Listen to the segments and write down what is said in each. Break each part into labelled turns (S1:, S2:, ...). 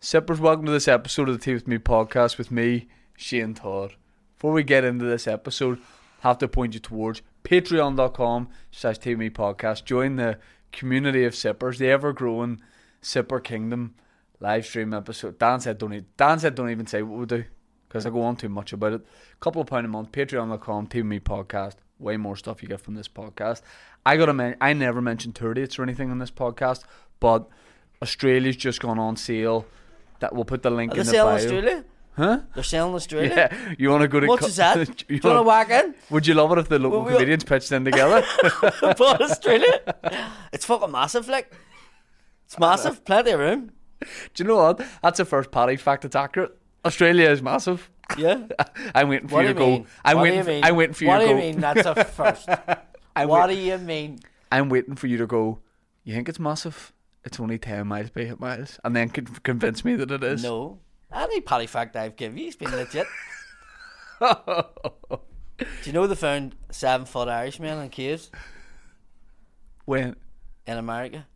S1: Sippers, welcome to this episode of the Tea With Me podcast with me, Shane Todd. Before we get into this episode, I have to point you towards patreon.com slash Tea With Me podcast. Join the community of Sippers, the ever-growing Sipper Kingdom live stream episode. Dan said don't, e- Dan said don't even say what we do because I go on too much about it. couple of pound a month, patreon.com, Tea With Me podcast. Way more stuff you get from this podcast. I gotta men- I never mentioned tour dates or anything on this podcast, but Australia's just gone on sale. That we'll put the link
S2: Are
S1: in the
S2: they selling
S1: bio.
S2: Australia?
S1: Huh?
S2: They're selling Australia?
S1: Yeah, you want to go to?
S2: What
S1: co-
S2: is that? Do
S1: you
S2: you want to
S1: wanna-
S2: whack in?
S1: would you love it if the local
S2: Well, we-
S1: comedians pitched in together?
S2: About Australia? It's fucking massive, like. It's massive, plenty of room.
S1: Do you know what? That's the first party fact that's accurate. Australia is massive.
S2: Yeah.
S1: I'm waiting for
S2: What do
S1: you
S2: you
S1: to go.
S2: mean?
S1: I'm
S2: what
S1: waiting.
S2: do you mean?
S1: I'm waiting for you
S2: What
S1: to
S2: do
S1: go.
S2: you mean? That's a first.
S1: I'm,
S2: what
S1: wait-
S2: do you mean?
S1: I'm waiting for you to go. You think it's massive? It's only ten miles by eight miles, and then con- convince me that it is.
S2: No. Any paddy fact I've given you has been legit. Do you know they found seven foot Irishmen in caves
S1: When
S2: in America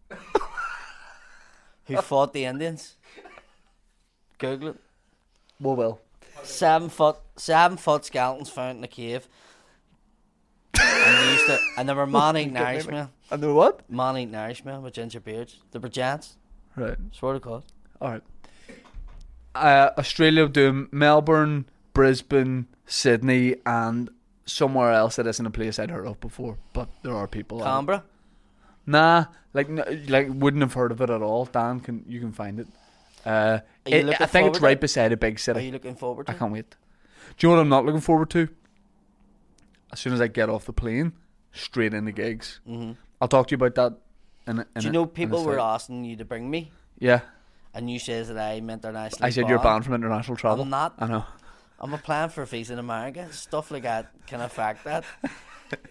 S2: who fought the Indians? Google it.
S1: well, well,
S2: seven foot seven foot skeletons found in the cave. and they used to, and they were man eating Irishmen.
S1: and then what?
S2: Man eating Irishmen with ginger beards. They were gents.
S1: Right.
S2: Swear to God.
S1: All right. Uh, Australia do Melbourne, Brisbane, Sydney, and somewhere else that isn't a place I'd heard of before. But there are people. out-
S2: Canberra.
S1: Nah, like n- like wouldn't have heard of it at all. Dan can you can find it. Uh,
S2: you
S1: it-
S2: looking
S1: I think
S2: forward
S1: it's
S2: to
S1: right
S2: it?
S1: beside a big
S2: Are
S1: city.
S2: you looking forward to
S1: I
S2: it?
S1: can't wait. Do you know what I'm not looking forward to? As soon as I get off the plane, straight into gigs. Mm-hmm. I'll talk to you about that. In a, in
S2: Do
S1: a-
S2: you know
S1: in a
S2: people were
S1: sec.
S2: asking you to bring me?
S1: Yeah,
S2: And you says that I'm international.
S1: I said you're banned from international travel.
S2: I'm not.
S1: I know.
S2: I'm applying for a visa in America. Stuff like that can affect that.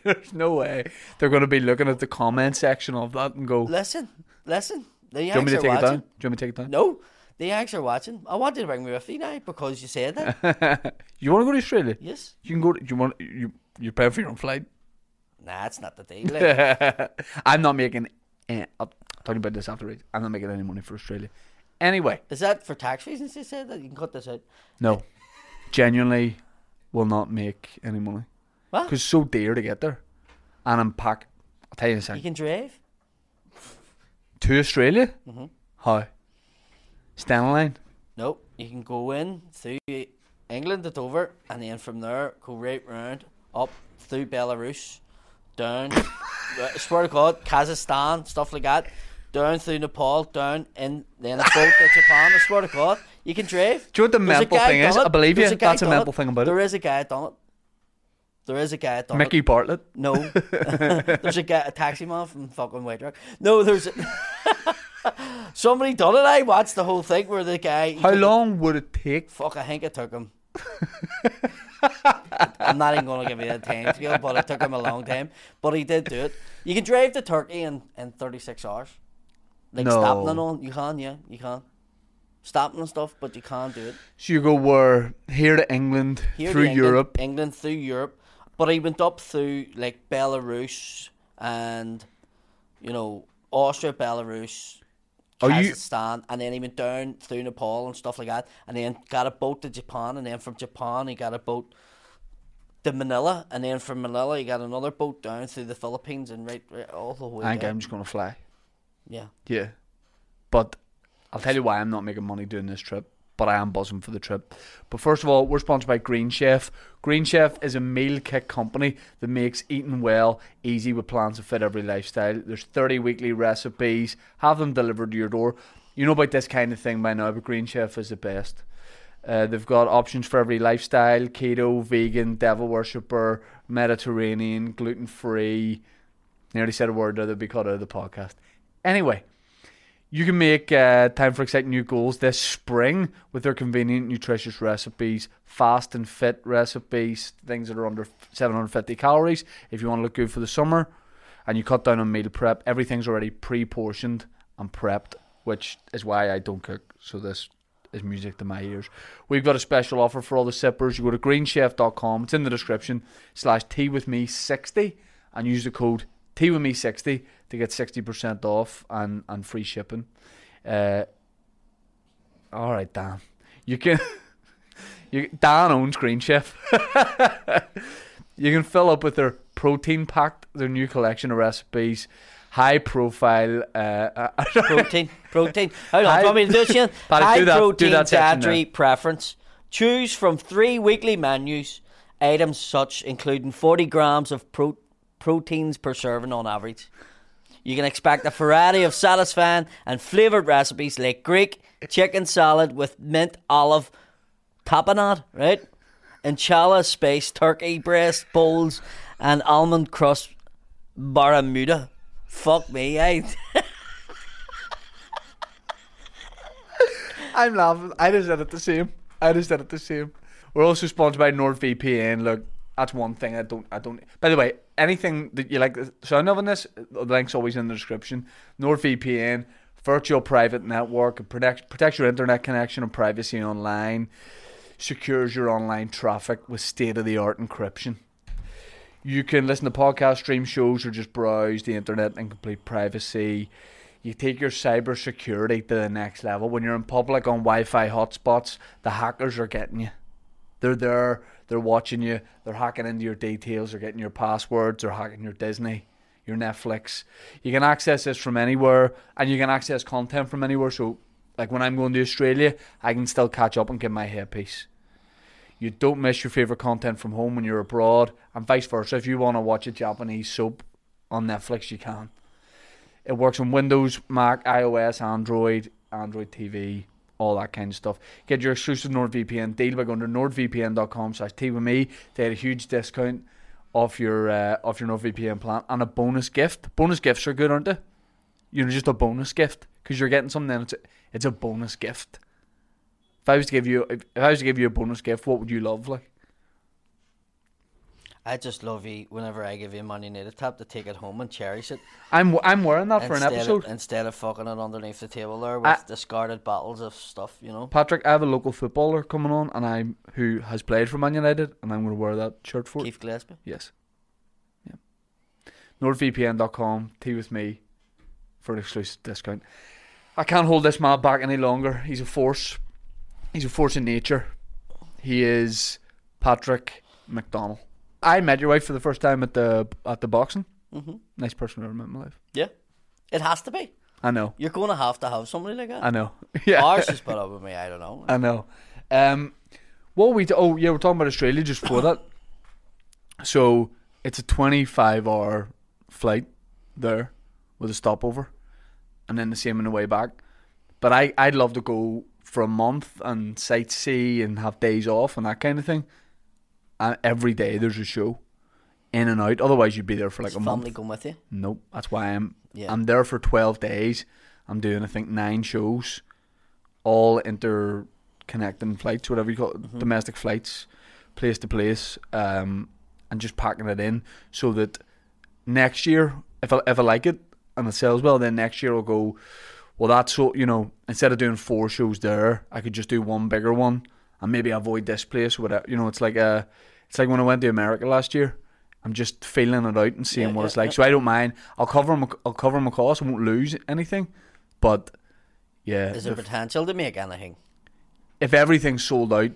S1: There's no way they're going to be looking at the comment section of that and go, "Do
S2: Listen, listen. The
S1: you want me
S2: Yanks
S1: to
S2: are
S1: take it down?
S2: watching.
S1: Do you want me to take it down?
S2: No, the Yanks are watching. I want you to bring me with you now because you said that.
S1: You want to go to Australia?
S2: yes.
S1: You can go. To, you want you you pay for your own flight?
S2: Nah, it's not the deal. like.
S1: I'm not making. Uh, I'm talking about this after I'm not making any money for Australia. Anyway,
S2: Is that for tax reasons they said that? You can cut this out.
S1: no, genuinely, will not make any money
S2: What?
S1: because so dear to get there, and I'm packed. I'll tell you in a
S2: You
S1: second.
S2: can drive?
S1: To Australia? Mm-hmm. How? Stand in line.
S2: No. You can go in through England at Dover and then from there go right round up through Belarus, down, I swear to God, Kazakhstan, stuff like that, down through Nepal, down in then a boat to Japan. I swear to God, you can drive.
S1: Do you know what the
S2: There's a
S1: mental
S2: guy
S1: thing is?
S2: done
S1: I believe you.
S2: There's guy
S1: That's a
S2: done
S1: mental thing about it.
S2: There is a guy done it. There is a guy done it.
S1: Mickey Bartlett.
S2: No, there's a, guy, a taxi man from fucking White Rock. No, there's somebody done it. I watched the whole thing where the guy. he
S1: How
S2: took-
S1: long would it take?
S2: Fuck, I think it took him. I'm not even going to give you a time scale, but it took him a long time. But he did do it. You can drive to Turkey in, in 36 hours. Like
S1: No.
S2: stopping and all. You can, yeah, you can. Stopping and stuff, but you can't do it.
S1: So you go where here to England,
S2: Here to
S1: through
S2: England-
S1: Europe.
S2: England through Europe, but he went up through like Belarus and you know Austria, Belarus,
S1: Are you-
S2: Kazakhstan, and then he went down through Nepal and stuff like that, and then got a boat to Japan, and then from Japan he got a boat to Manila, and then from Manila he got another boat down through the Philippines and right, right all the way.
S1: I think
S2: down.
S1: I'm just gonna fly.
S2: Yeah,
S1: Yeah, but I'll tell you why I'm not making money doing this trip. But I am buzzing for the trip. But first of all, we're sponsored by Green Chef. Green Chef is a meal kit company that makes eating well easy with plans to fit every lifestyle. There's 30 weekly recipes. Have them delivered to your door. You know about this kind of thing by now, but Green Chef is the best. Uh, they've got options for every lifestyle keto, vegan, devil worshipper, Mediterranean, gluten free. Nearly said a word there that'd be cut out of the podcast. Anyway, you can make uh, time for exciting new goals this spring with their convenient, nutritious recipes, fast and fit recipes, things that are under 750 calories. If you want to look good for the summer and you cut down on meal prep, everything's already pre portioned and prepped, which is why I don't cook. So this is music to my ears. We've got a special offer for all the sippers. You go to greenchef.com, it's in the description, slash tea with me 60 and use the code tea with me 60 to get 60% off and, and free shipping. Uh, all right, Dan. You can. You, Dan owns Green Chef. you can fill up with their protein packed, their new collection of recipes, high profile. Uh, uh,
S2: Protein. protein. Hold on,
S1: High-
S2: do you want me to do it, Shane?
S1: Paddy,
S2: High
S1: do that- do
S2: protein
S1: that section
S2: dietary preference. Choose from three weekly menus. Items such including 40 grams of pro- proteins per serving on average. You can expect a variety of satisfying and flavoured recipes like Greek chicken salad with mint olive tapenade, right? Inchala space turkey breast bowls and almond crust barramuda. Fuck me, I.
S1: I'm laughing. I just did it the same. I just did it the same. We're also sponsored by NordVPN. Look, that's one thing I don't. I don't. By the way, anything that you like the sound of in this, the link's always in the description. NordVPN, virtual private network, it protects protects your internet connection and privacy online, secures your online traffic with state of the art encryption. You can listen to podcasts, stream shows, or just browse the internet in complete privacy. You take your cybersecurity to the next level. When you're in public on Wi Fi hotspots, the hackers are getting you. They're there, they're watching you, they're hacking into your details, they're getting your passwords, they're hacking your Disney, your Netflix. You can access this from anywhere, and you can access content from anywhere. So, like when I'm going to Australia, I can still catch up and get my headpiece you don't miss your favorite content from home when you're abroad, and vice versa. If you want to watch a Japanese soap on Netflix, you can. It works on Windows, Mac, iOS, Android, Android TV, all that kind of stuff. Get your exclusive NordVPN deal by going to nordvpn.com slash tea with me. They had a huge discount off your uh, off your NordVPN plan and a bonus gift. Bonus gifts are good, aren't they? You're just a bonus gift because you're getting something. And it's a, it's a bonus gift. If I was to give you, if, if I was to give you a bonus gift, what would you love? Like,
S2: I just love you whenever I give you money need a tap to take it home and cherish it.
S1: I'm I'm wearing that for an
S2: instead
S1: episode.
S2: Of, instead of fucking it underneath the table there with
S1: I-
S2: discarded bottles of stuff, you know.
S1: Patrick, I have a local footballer coming on, and I'm who has played for Man United, and I'm going to wear that shirt for. it.
S2: Keith Gillespie.
S1: Yes. Yeah. NordVPN.com. Tea with me for an exclusive discount. I can't hold this man back any longer. He's a force. He's a force in nature. He is Patrick McDonald. I met your wife for the first time at the at the boxing.
S2: Mhm.
S1: Nice person I've ever met in my life.
S2: Yeah. It has to be.
S1: I know.
S2: You're going to have to have somebody like that.
S1: I know. Yeah.
S2: Ours is put up with me, I don't know.
S1: I know. Um, what were we? T- oh, yeah, we're talking about Australia just before that. So it's a 25 hour flight there with a stopover and then the same on the way back. But I, I'd love to go for a month and sightsee and have days off and that kind of thing. And every day there's a show in and out. Otherwise, you'd be there for like
S2: Is
S1: a
S2: family
S1: month.
S2: going with you?
S1: Nope, that's why I'm
S2: Yeah.
S1: I'm there for 12 days. I'm doing, I think, nine shows, all interconnecting flights, whatever you call it,
S2: Mm-hmm.
S1: domestic flights, place to place, um, and just packing it in so that next year, if I, if I like it and it sells well, then next year I'll go, well, that's so, you know, instead of doing four shows there, I could just do one bigger one and maybe avoid this place. Whatever, you know, it's like a, it's like when I went to America last year. I'm just feeling it out and seeing
S2: Yeah,
S1: what
S2: yeah,
S1: it's like.
S2: yeah.
S1: So I don't mind. I'll cover them. I'll cover them cost. I won't lose anything. But yeah,
S2: Is there
S1: if,
S2: potential to make anything?
S1: if everything's sold out,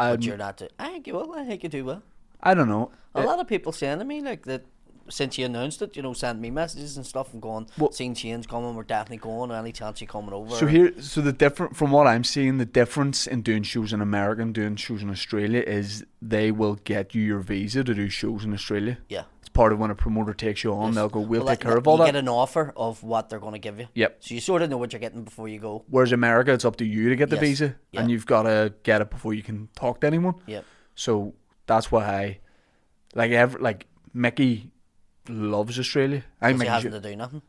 S1: I,
S2: But you're not do- I think you will, I think you do well.
S1: I don't know.
S2: A
S1: It-
S2: lot of people saying to me like that since you announced it, you know, send me messages and stuff and going,
S1: Well-
S2: seeing Shane's coming, we're definitely going, any chance you coming over.
S1: So here, so the different from what I'm seeing, the difference in doing shows in America and doing shows in Australia is they will get you your visa to do shows in Australia.
S2: Yeah.
S1: It's part of when a promoter takes you on, they'll go, "We'll
S2: Well,
S1: take
S2: that-
S1: care of all
S2: you
S1: that."
S2: get an offer of what they're going to give you.
S1: Yep.
S2: So you sort of know what you're getting before you go.
S1: Whereas America, it's up to you to get the
S2: Yes.
S1: visa,
S2: Yeah.
S1: and you've got to get it before you can talk to anyone.
S2: Yep.
S1: So that's why, I, like, ever like Mickey loves Australia. I think
S2: Because he
S1: Mickey.
S2: hasn't
S1: should-
S2: to do nothing.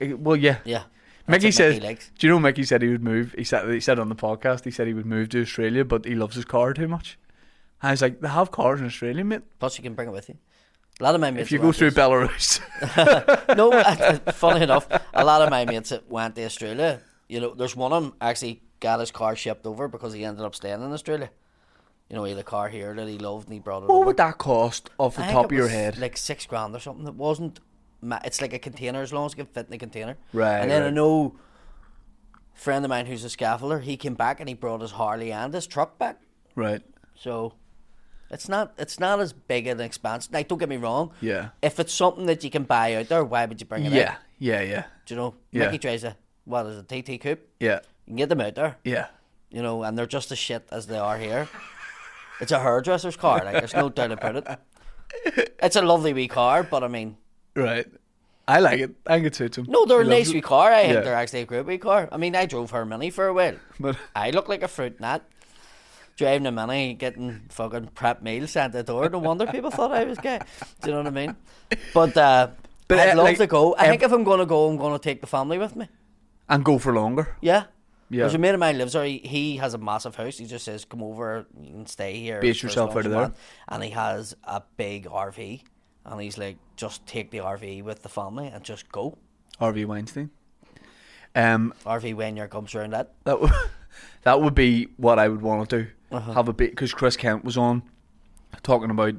S1: eh, Well, yeah.
S2: Yeah. That's
S1: Mickey
S2: what
S1: says,
S2: likes.
S1: "Do you know Mickey said he would move? He said he said on the podcast he said he would move to Australia, but he loves his car too much." I was like, "They have cars in Australia, mate.
S2: Plus, you can bring it with you. A lot of my mates.
S1: If you
S2: who
S1: go
S2: went
S1: through
S2: to-
S1: Belarus,
S2: no, funny enough, a lot of my mates that went to Australia. You know, there's one of them actually got his car shipped over because he ended up staying in Australia. You know, he had a car here that he loved and he brought it
S1: what
S2: over.
S1: would that cost off the
S2: I think
S1: top of
S2: it
S1: your
S2: was
S1: head?"
S2: Like six grand or something. It wasn't. Ma- it's like a container as long as it can fit in the container.
S1: Right,
S2: And then I
S1: right.
S2: know friend of mine who's a scaffolder, he came back and he brought his Harley and his truck back.
S1: Right.
S2: So it's not it's not as big an expanse. Like don't get me wrong.
S1: Yeah.
S2: If it's something that you can buy out there, why would you bring it
S1: Yeah.
S2: out?
S1: Yeah. Yeah.
S2: Do you know?
S1: Yeah.
S2: Mickey drives a what is it, TT coupe?
S1: Yeah.
S2: You can get them out there.
S1: Yeah.
S2: You know, and they're just as shit as they are here. It's a hairdresser's car, like there's no doubt about it. It's a lovely wee car, but I mean
S1: Right. I like it. I think it suits him.
S2: No, they're
S1: He
S2: a
S1: loves
S2: nice
S1: it.
S2: wee car. I
S1: Yeah.
S2: think they're actually a great wee car. I mean, I drove her Mini for a while.
S1: But
S2: I look like a fruit nut. Driving a Mini, getting fucking prep meals at the door. No wonder people thought I was gay. Do you know what I mean? But, uh,
S1: But,
S2: I'd
S1: uh,
S2: love
S1: like,
S2: to go. I
S1: ev-
S2: think if I'm going to go, I'm going to take the family with me.
S1: and go for longer.
S2: Yeah.
S1: Yeah.
S2: There's a mate of mine lives there. He, he has a massive house. He just says, "Come over, you can stay here."
S1: Base
S2: for as
S1: yourself
S2: long
S1: out
S2: as
S1: of
S2: you
S1: there.
S2: want." And he has a big RV, and he's like, "Just take the RV with the family and just go."
S1: Harvey Weinstein. Um,
S2: RV when your comes around that.
S1: that w- that would be what I would want to do.
S2: Uh-huh.
S1: Have a bit because Chris Kent was on talking about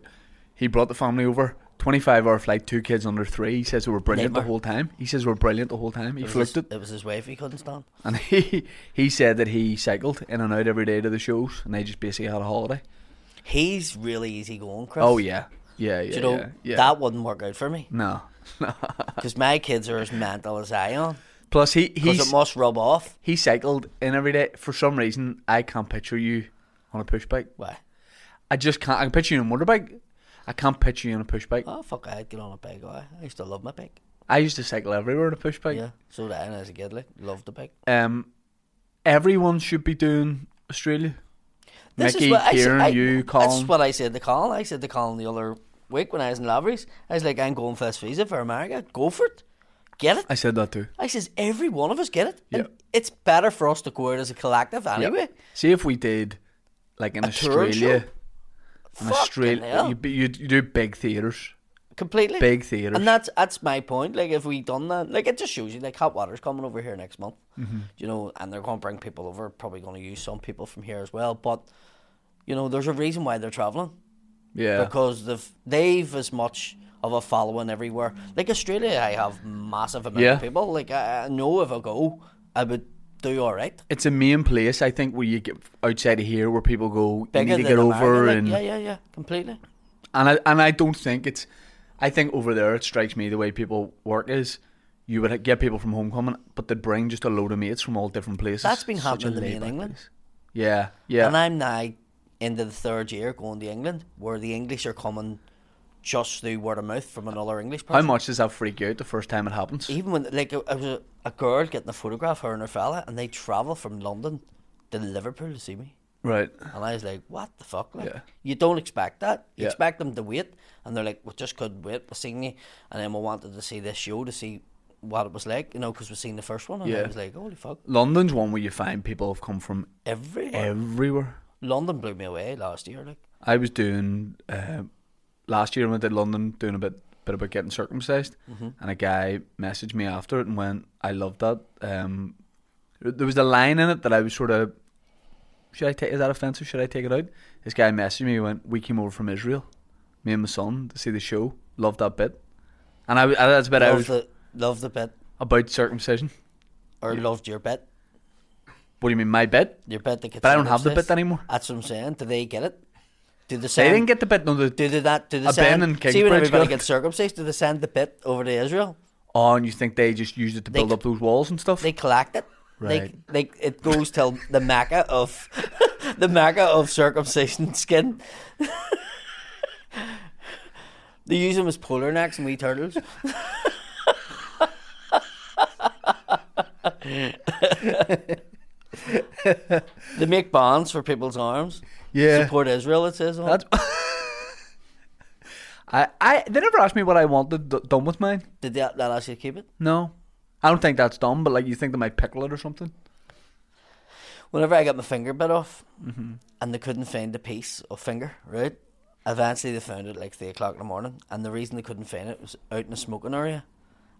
S1: he brought the family over. 25 hour flight, two kids under three. He says we were brilliant the
S2: Nightmare.
S1: whole time. He says we were brilliant the whole time. He
S2: It was,
S1: flipped
S2: his,
S1: it.
S2: it was his wife he couldn't stand.
S1: And he he said that he cycled in and out every day to the shows, and they just basically had a holiday.
S2: He's really easy going, Chris.
S1: Oh yeah, yeah, yeah,
S2: Do you know
S1: yeah, yeah.
S2: that wouldn't work out for me
S1: no.
S2: because my kids are as mental as I am.
S1: Plus he
S2: Because
S1: he's,
S2: it must rub off.
S1: he cycled in every day. For some reason, I can't picture you on a push bike.
S2: Why?
S1: I just can't. I can picture you on a motorbike. I can't picture you on a push bike.
S2: Oh fuck! I'd get on a bike. I I used to love my bike.
S1: I used to cycle everywhere on a push bike.
S2: Yeah, so did I as a kid. Like, loved the bike.
S1: Um, everyone should be doing Australia. Mickey,
S2: I said-
S1: Kieran,
S2: I-
S1: you,
S2: That's
S1: Colin.
S2: what I said to Colin. I said to Colin the other week when I was in Lavery's. I was like, I'm going for this visa for America. Go for it. Get it.
S1: I said that too.
S2: I says, every one of us get it. And
S1: Yeah.
S2: it's better for us to go out as a collective
S1: Yeah.
S2: anyway.
S1: See if we did like in
S2: tour
S1: Australia.
S2: show?
S1: In
S2: Fucking
S1: Australia,
S2: hell.
S1: you, you you do big theaters,
S2: Completely.
S1: big theaters.
S2: And that's that's my point. Like if we done that, like it just shows you. Like Hot Water's coming over here next month,
S1: Mm-hmm.
S2: you know, and they're going to bring people over. Probably going to use some people from here as well. But you know, there's a reason why they're traveling
S1: yeah,
S2: because they've they've as much of a following everywhere. Like Australia, I have massive amount
S1: Yeah.
S2: of people. Like I, I know if I go, I would do all right.
S1: it's a main place I think where you get outside of here where people go you
S2: Bigger
S1: need to
S2: than
S1: get
S2: America,
S1: over
S2: like,
S1: and
S2: yeah, yeah, yeah, completely.
S1: and I and I don't think it's I think over there it strikes me the way people work is you would get people from homecoming but they'd bring just a load of mates from all different places.
S2: That's been
S1: Such a
S2: happening to me in
S1: laid-back
S2: England.
S1: place. Yeah, yeah,
S2: And I'm now into the third year going to England, where the English are coming just through word of mouth from another English
S1: How
S2: person.
S1: much does that freak you out the first time it happens?
S2: Even when, like, it was a, a girl getting a photograph, her and her fella, and they travel from London to Liverpool to see me.
S1: Right.
S2: And I was like, what the fuck? Like,
S1: Yeah.
S2: You don't expect that. You
S1: Yeah.
S2: expect them to wait. And they're like, we just couldn't wait. We've seen you. And then we wanted to see this show to see what it was like, you know, because we've seen the first one. And
S1: Yeah.
S2: I was like, holy fuck.
S1: London's one where you find people have come from
S2: Everywhere.
S1: everywhere.
S2: London blew me away last year. Like,
S1: I was doing uh, last year when I did London, doing a bit bit about getting circumcised,
S2: Mm-hmm.
S1: and a guy messaged me after it and went, "I love that." Um, there was a line in it that I was sort of, should I take is that offensive? Should I take it out? This guy messaged me, he went, "We came over from Israel, me and my son to see the show. Loved that bit." And I, was- and that's a bit I was
S2: loved, the, loved the bit,
S1: about circumcision.
S2: or loved your bit.
S1: What do you mean, my bit?
S2: Your bit that gets
S1: But I don't have the
S2: circumcised.
S1: bit anymore.
S2: That's what I'm saying. Do they get it? Do the
S1: They
S2: same?
S1: didn't get the bit. No, the,
S2: Do they that? Do the
S1: A
S2: same?
S1: Ben and
S2: See
S1: Kingsbridge
S2: when everybody
S1: got it.
S2: gets circumcised, do they send the bit over to Israel?
S1: oh, and you think they just used it to
S2: They
S1: build
S2: c-
S1: up those walls and stuff?
S2: They collect it.
S1: Right.
S2: They, they, it goes till the Mecca of the Mecca of circumcision skin. they use them as polar necks and wee turtles. they make bonds for people's arms.
S1: yeah.
S2: Support Israel, it says on. it.
S1: I, I they never asked me what I wanted d- done with mine.
S2: Did that, that actually keep it?
S1: No, I don't think that's done. But like, you think they might pickle it or something?
S2: Whenever I got my finger bit off, and they couldn't find the piece of finger, right? Eventually, they found it like three o'clock in the morning, and the reason they couldn't find it was out in a smoking area,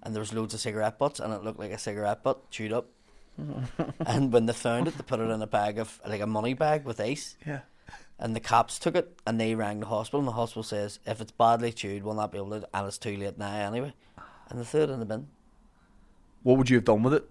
S2: and there was loads of cigarette butts, and it looked like a cigarette butt chewed up. and when they found it, they put it in a bag of like a money bag with ice,
S1: Yeah.
S2: and the cops took it and they rang the hospital, and the hospital says if it's badly chewed, we'll not be able to, and it's too late now anyway, and they threw it in the bin.
S1: What would you have done with it?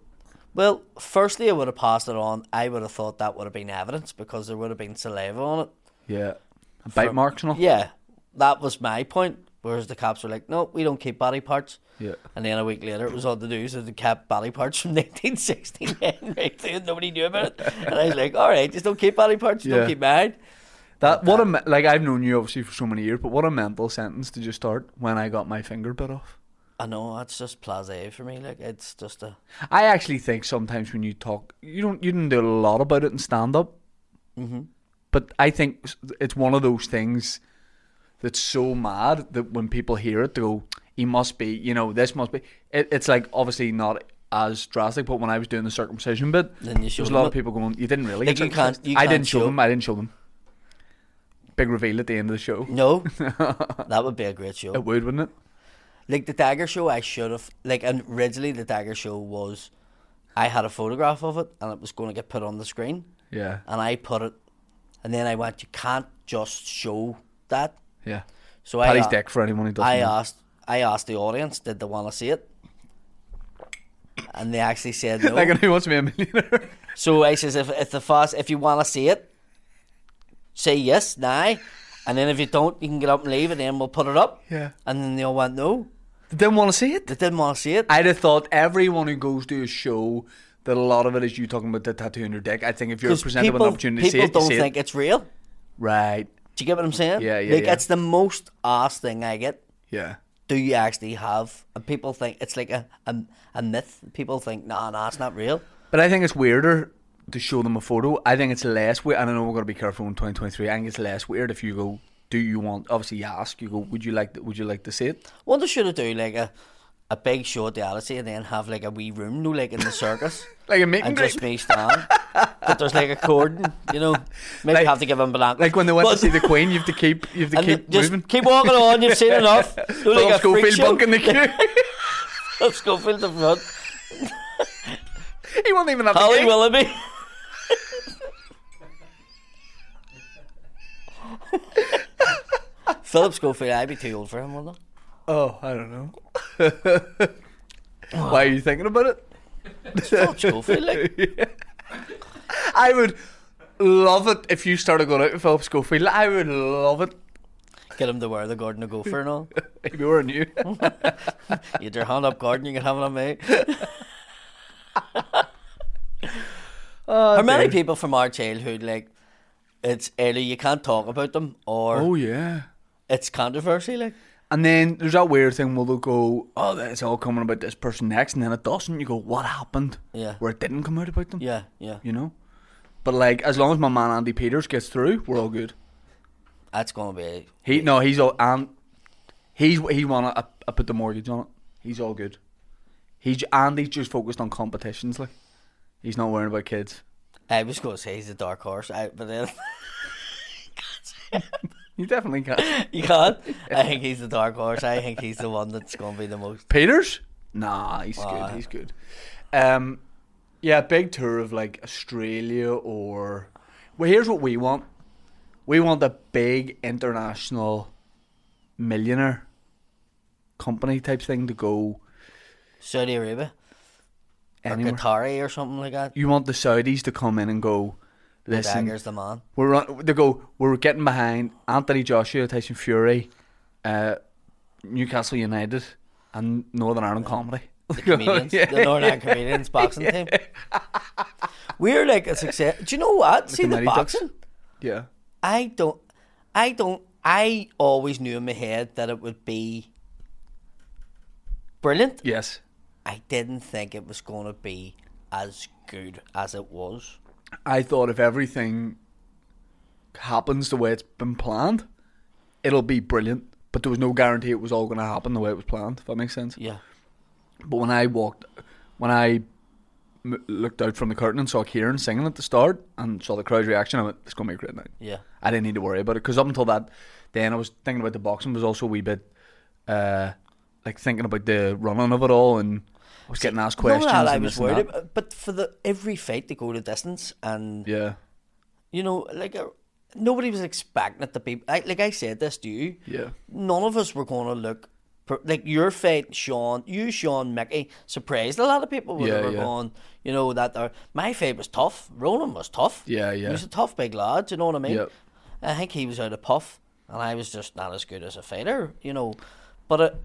S2: Well, firstly, I would have passed it on. I would have thought that would have been evidence because there would have been saliva on it.
S1: Yeah. And bite
S2: From-
S1: marks and all.
S2: Yeah, that was my point. Whereas the cops were like, no, we don't keep body parts.
S1: Yeah.
S2: And then a week later, it was on the news that they kept body parts from 1969 right there. Nobody knew about it. And I was like, all right, just don't keep body parts, just
S1: Yeah.
S2: don't keep mine.
S1: That what a me- like I've known you obviously for so many years, but what a mental sentence to just start when I got my finger bit off.
S2: I know, that's just plase for me. Like, it's just a.
S1: I actually think sometimes when you talk, you don't you didn't do a lot about it in stand up,
S2: hmm
S1: but I think s- it's one of those things that's so mad that when people hear it, they go, "He must be," you know, "This must be." It, it's like obviously not as drastic, but when I was doing the circumcision bit,
S2: Then you
S1: there
S2: showed
S1: was a
S2: them
S1: lot of
S2: it.
S1: people going, "You didn't really."
S2: Like,
S1: get
S2: you can't-
S1: circumcised."
S2: you
S1: I
S2: can't
S1: didn't show
S2: show-
S1: them. I didn't show them. Big reveal at the end of the show.
S2: No, that would be a great show.
S1: It would, wouldn't it?
S2: Like the Dagger Show, I should have like and originally the Dagger Show was, I had a photograph of it and it was going to get put on the screen
S1: Yeah,
S2: and I put it, and then I went, you can't just show that.
S1: yeah.
S2: So
S1: Paddy's
S2: I a-
S1: dick for anyone who doesn't.
S2: I uh,
S1: know.
S2: asked I asked the audience, did they want to see it? And they actually said no.
S1: Like, and who wants to be a millionaire?
S2: So I says, if if the fast, if you want to see it, say yes, nah, and then if you don't, you can get up and leave, and then we'll put it up.
S1: yeah.
S2: And then they all went no.
S1: Didn't want to see it.
S2: They didn't want to see it.
S1: I'd have thought everyone who goes to a show that a lot of it is you talking about the tattoo on your dick. I think if you're
S2: 'Cause
S1: presented with an opportunity to see it,
S2: people
S1: you
S2: don't
S1: see
S2: think
S1: it.
S2: it's real.
S1: Right.
S2: Do you get what I'm saying?
S1: Yeah, yeah,
S2: Like
S1: yeah.
S2: it's the most ass thing I get.
S1: Yeah.
S2: Do you actually have? And people think it's like a a, a myth. People think, nah, nah, it's not real.
S1: But I think it's weirder to show them a photo. I think it's less weird. And I know we're going to be careful in 2023. I think it's less weird if you go, do you want, obviously you ask, you go, would you like, would you like to see it?
S2: Wonder should I do like a a big show at the Odyssey and then have like a wee room, no, like in the circus,
S1: Like a meet and
S2: and
S1: greet.
S2: just me stand. but there's like a cordon, you know. Maybe
S1: Like-
S2: have to give him blank.
S1: Like when they went to
S2: But-
S1: see the Queen, you have to keep, you have to
S2: and
S1: keep
S2: just
S1: moving.
S2: keep walking on. You've seen enough. Do like a
S1: Philip
S2: freak
S1: Schofield
S2: show.
S1: bunk in the queue.
S2: Philip Schofield in front.
S1: he won't even have
S2: Holly
S1: the cake.
S2: Willoughby. Philip Schofield, I'd be too old for him, wouldn't I?
S1: Oh, I don't know. Why are you thinking about it?
S2: Philip Schofield, like,
S1: I would love it if you started going out with Philip Schofield. I would love it.
S2: get him to wear the Gordon the Gopher and all.
S1: If you were new.
S2: You your er hand up Gordon, you can have it on me. Are many people from our childhood like it's early you can't talk about them or
S1: Oh. yeah.
S2: it's controversy like
S1: And then there's that weird thing where they'll go, oh, it's all coming about this person next, and then it doesn't. You go, what happened?
S2: Yeah.
S1: Where it didn't come out about them.
S2: Yeah, yeah.
S1: You know? But like, as long as my man Andy Peters gets through, we're all good.
S2: That's gonna be
S1: He no, he's all and he's he won it. I, I put the mortgage on it. He's all good. He's and he's just focused on competitions. Like he's not worrying about kids.
S2: I was gonna say he's a dark horse, I, but then
S1: You definitely can.
S2: you can't. I think he's the dark horse. I think he's the one that's gonna be the most
S1: Peters? Nah, he's
S2: Aye.
S1: good. He's good. Um, yeah, big tour of like Australia or. Well, here's what we want. We want a big international millionaire company type thing to go
S2: Saudi Arabia. Or
S1: anywhere.
S2: Qatari or something like that.
S1: You want the Saudis to come in and go. Listen,
S2: Dagger's the man.
S1: We're on, they go. We're getting behind Anthony Joshua, Tyson Fury, uh, Newcastle United, and Northern Ireland comedy.
S2: The comedians, the Northern Ireland comedians boxing team. We're like a success. Do you know what? See the
S1: Mighty Ducks.
S2: boxing.
S1: yeah,
S2: I don't. I don't. I always knew in my head that it would be brilliant.
S1: yes.
S2: I didn't think it was going to be as good as it was.
S1: I thought if everything happens the way it's been planned, it'll be brilliant. But there was no guarantee it was all going to happen the way it was planned. If that makes sense.
S2: Yeah.
S1: But when I walked, when I m- looked out from the curtain and saw Kieran singing at the start and saw the crowd's reaction, I went, "It's going to be a great night."
S2: Yeah.
S1: I didn't need to worry about it because up until that, then I was thinking about the boxing was also a wee bit, uh, like thinking about the running of it all and I was getting asked questions.
S2: No, I
S1: and
S2: was
S1: this and
S2: worried,
S1: that.
S2: about, but for the every fight they go to distance, and
S1: Yeah,
S2: you know, like uh, nobody was expecting it to be. I, like I said this to you.
S1: yeah,
S2: none of us were going to look per- like your fight, Sean, you, Sean, Mickey, surprised a lot of people when
S1: Yeah,
S2: they were
S1: yeah.
S2: going, you know, that there. My fight was tough. Roland was tough.
S1: Yeah,
S2: He
S1: yeah.
S2: was a tough big lad, do you know what I mean?
S1: Yep.
S2: I think he was out of puff, and I was just not as good as a fighter, you know. But it,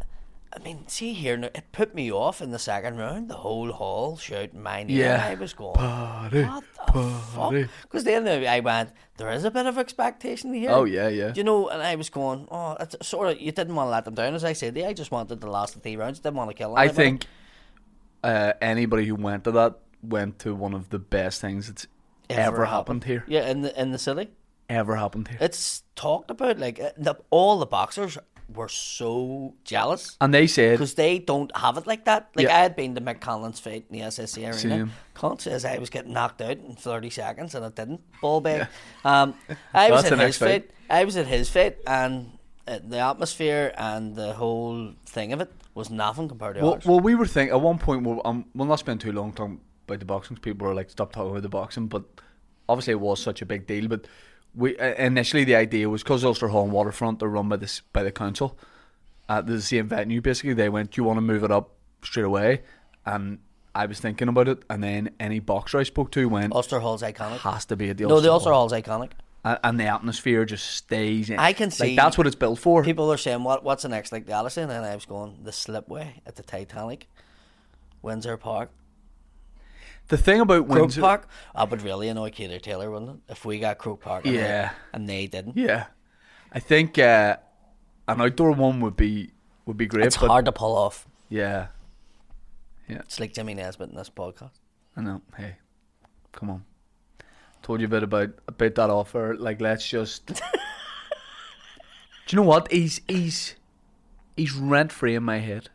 S2: I mean, see here, now, it put me off in the second round. The whole hall shouting my name.
S1: Yeah.
S2: I was going, what the
S1: party."
S2: fuck? Because then I went, there is a bit of expectation here.
S1: Oh, yeah, yeah.
S2: You know, and I was going, oh, it's sort of. You didn't want to let them down, as I said. I just wanted the last three rounds. Didn't want to kill.
S1: I
S2: anybody.
S1: think uh, anybody who went to that went to one of the best things that's ever, happened here.
S2: Yeah, in the in the city.
S1: Ever happened here.
S2: it's talked about. Like uh, the, all the boxers were so jealous
S1: and they said,
S2: because they don't have it like that. Like
S1: Yeah.
S2: I had been to Mick Collins' fight in the SSC arena.
S1: Same.
S2: Collins says I was getting knocked out in 30 seconds and I didn't. Ball back. Um, I was
S1: That's
S2: at
S1: the
S2: his
S1: next fight.
S2: fight. I was at his fight and uh, the atmosphere and the whole thing of it was nothing compared to
S1: well,
S2: ours.
S1: well, we were thinking, at one point, we'll, um, we'll not spend too long talking about the boxing. 'cause People were like, stop talking about the boxing. But obviously, it was such a big deal. But we uh, initially, the idea was because Ulster Hall and Waterfront are run by, this, by the council, at the same venue, basically, they went, do you want to move it up straight away? And I was thinking about it. And then any boxer I spoke to went,
S2: Ulster Hall's iconic.
S1: has to be at the
S2: Oh, no,
S1: Ulster
S2: the
S1: Hall.
S2: Ulster Hall's iconic.
S1: and, and the atmosphere just stays in.
S2: I can see
S1: like, that's what it's built for.
S2: People are saying, "What? What's the next like the Allison?" And I was going, "The slipway at the Titanic, Windsor Park,
S1: the thing about
S2: Croke
S1: Windsor,
S2: Park." I would really annoy Kater Taylor, wouldn't it, if we got Croke Park? and they-
S1: Yeah.
S2: and they didn't.
S1: yeah, I think uh, an outdoor one would be would be great.
S2: It's
S1: but
S2: hard to pull off.
S1: yeah,
S2: It's like Jimmy Nesbitt in this podcast.
S1: I know. Hey, come on. Told you a bit about about that offer. Like, let's just. Do you know what? He's he's he's rent free in my head,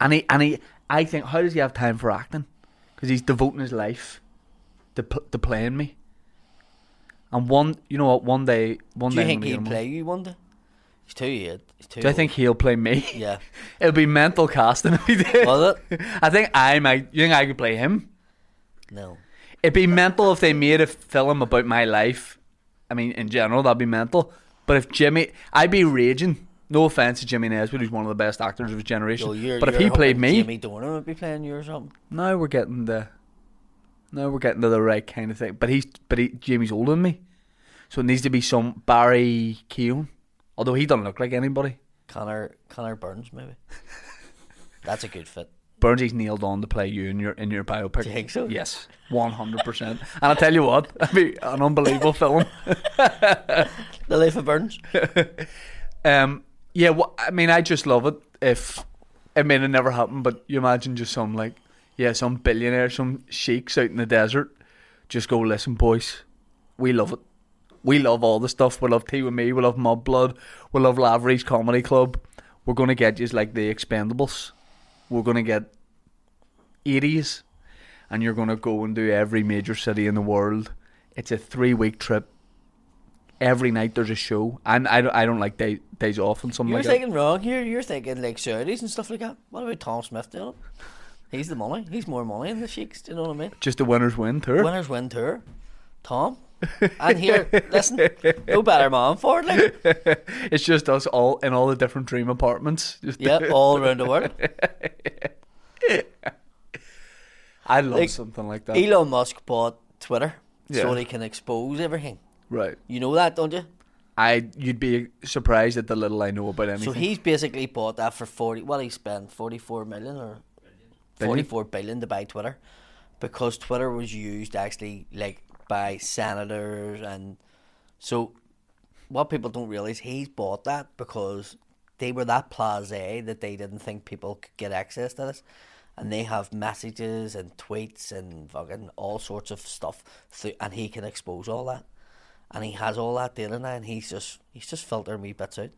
S1: and he and he. I think how does he have time for acting? Because he's devoting his life to pl- to playing me. And one, you know what? One day, one
S2: Do
S1: day.
S2: you
S1: I'm
S2: think
S1: gonna get
S2: he'd
S1: him on.
S2: play you one day? He's too old. He's too
S1: Do I
S2: old.
S1: think he'll play me?
S2: Yeah.
S1: It'll be mental casting if he did.
S2: Was it?
S1: I think I might. You think I could play him?
S2: No.
S1: It'd be mental if they made a film about my life. I mean, in general, that'd be mental. But if Jimmy, I'd be raging. No offense to Jimmy Nesbitt, who's one of the best actors of his generation.
S2: Well, you're,
S1: but if he
S2: you're
S1: played
S2: hoping
S1: me,
S2: Jimmy Dornan would be playing you or something.
S1: now we're getting the, now we're getting to the right kind of thing. But he's, but he, Jimmy's older than me, so it needs to be some Barry Keoghan. Although he doesn't look like anybody.
S2: Connor Connor Burns maybe. That's a good fit.
S1: Burnsy's nailed on to play you in your in your biopic.
S2: Do you think so?
S1: Yes, one hundred percent. And I tell you what, that'd be an unbelievable film.
S2: The life of Burns.
S1: Oh Um, yeah, wha- I mean, I just love it. If I mean, it never happened, but you imagine just some like, yeah, some billionaire, some sheiks out in the desert, just go listen, boys, we love it. We love all the stuff. We love Tea with Me. We love Mud Blood. We love Lavery's Comedy Club. We're gonna get you like the Expendables. We're gonna get eighties, and you're gonna go and do every major city in the world. It's a three week trip. Every night there's a show. I'm, I don't, I don't like day, days off and something
S2: You're
S1: like that.
S2: thinking wrong here. You're thinking like Saudis and stuff like that. What about Tom Smith doing it? He's the money. He's more money than the Sheiks. Do you know what I mean?
S1: Just a winners win tour.
S2: Winners win tour. Tom. And here, listen, no better man for it. Like,
S1: It's just us all in all the different dream apartments. Just
S2: yep, all around the world.
S1: I love
S2: Like,
S1: something like that.
S2: Elon Musk bought Twitter so
S1: Yeah.
S2: they can expose everything.
S1: right.
S2: You know that, don't you?
S1: I you'd be surprised at the little I know about anything.
S2: So he's basically bought that for forty. Well, he spent forty-four million or
S1: Billion.
S2: forty-four billion to buy Twitter, because Twitter was used actually like by senators and so. What people don't realize, he's bought that because they were that blasé that they didn't think people could get access to this, and they have messages and tweets and fucking all sorts of stuff, through, and he can expose all that, and he has all that data now, and he's just he's just filtering me bits out.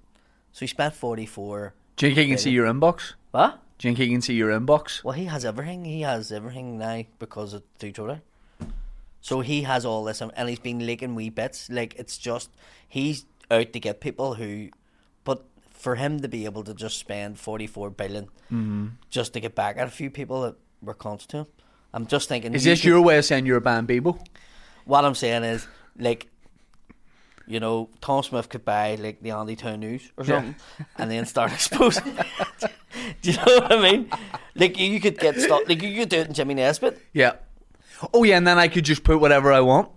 S2: So he spent 44.
S1: Do you think he can see your inbox?
S2: What?
S1: Do you think he can see your inbox?
S2: Well, he has everything. He has everything now because of through Twitter. So he has all this, and he's been leaking wee bits. Like it's just he's out to get people who, but for him to be able to just spend forty four billion
S1: Mm-hmm.
S2: just to get back at a few people that were cons to him, I'm just thinking.
S1: Is
S2: you
S1: this
S2: could-
S1: your way of saying you're a bambibo?
S2: What I'm saying is like you know, Tom Smith could buy like the Andy Town News or
S1: Yeah.
S2: something, and then start exposing. it. do you know what I mean? Like you you could get stuff. Like you could do it in Jimmy Nesbitt.
S1: Yeah. Oh yeah, and then I could just put whatever I want.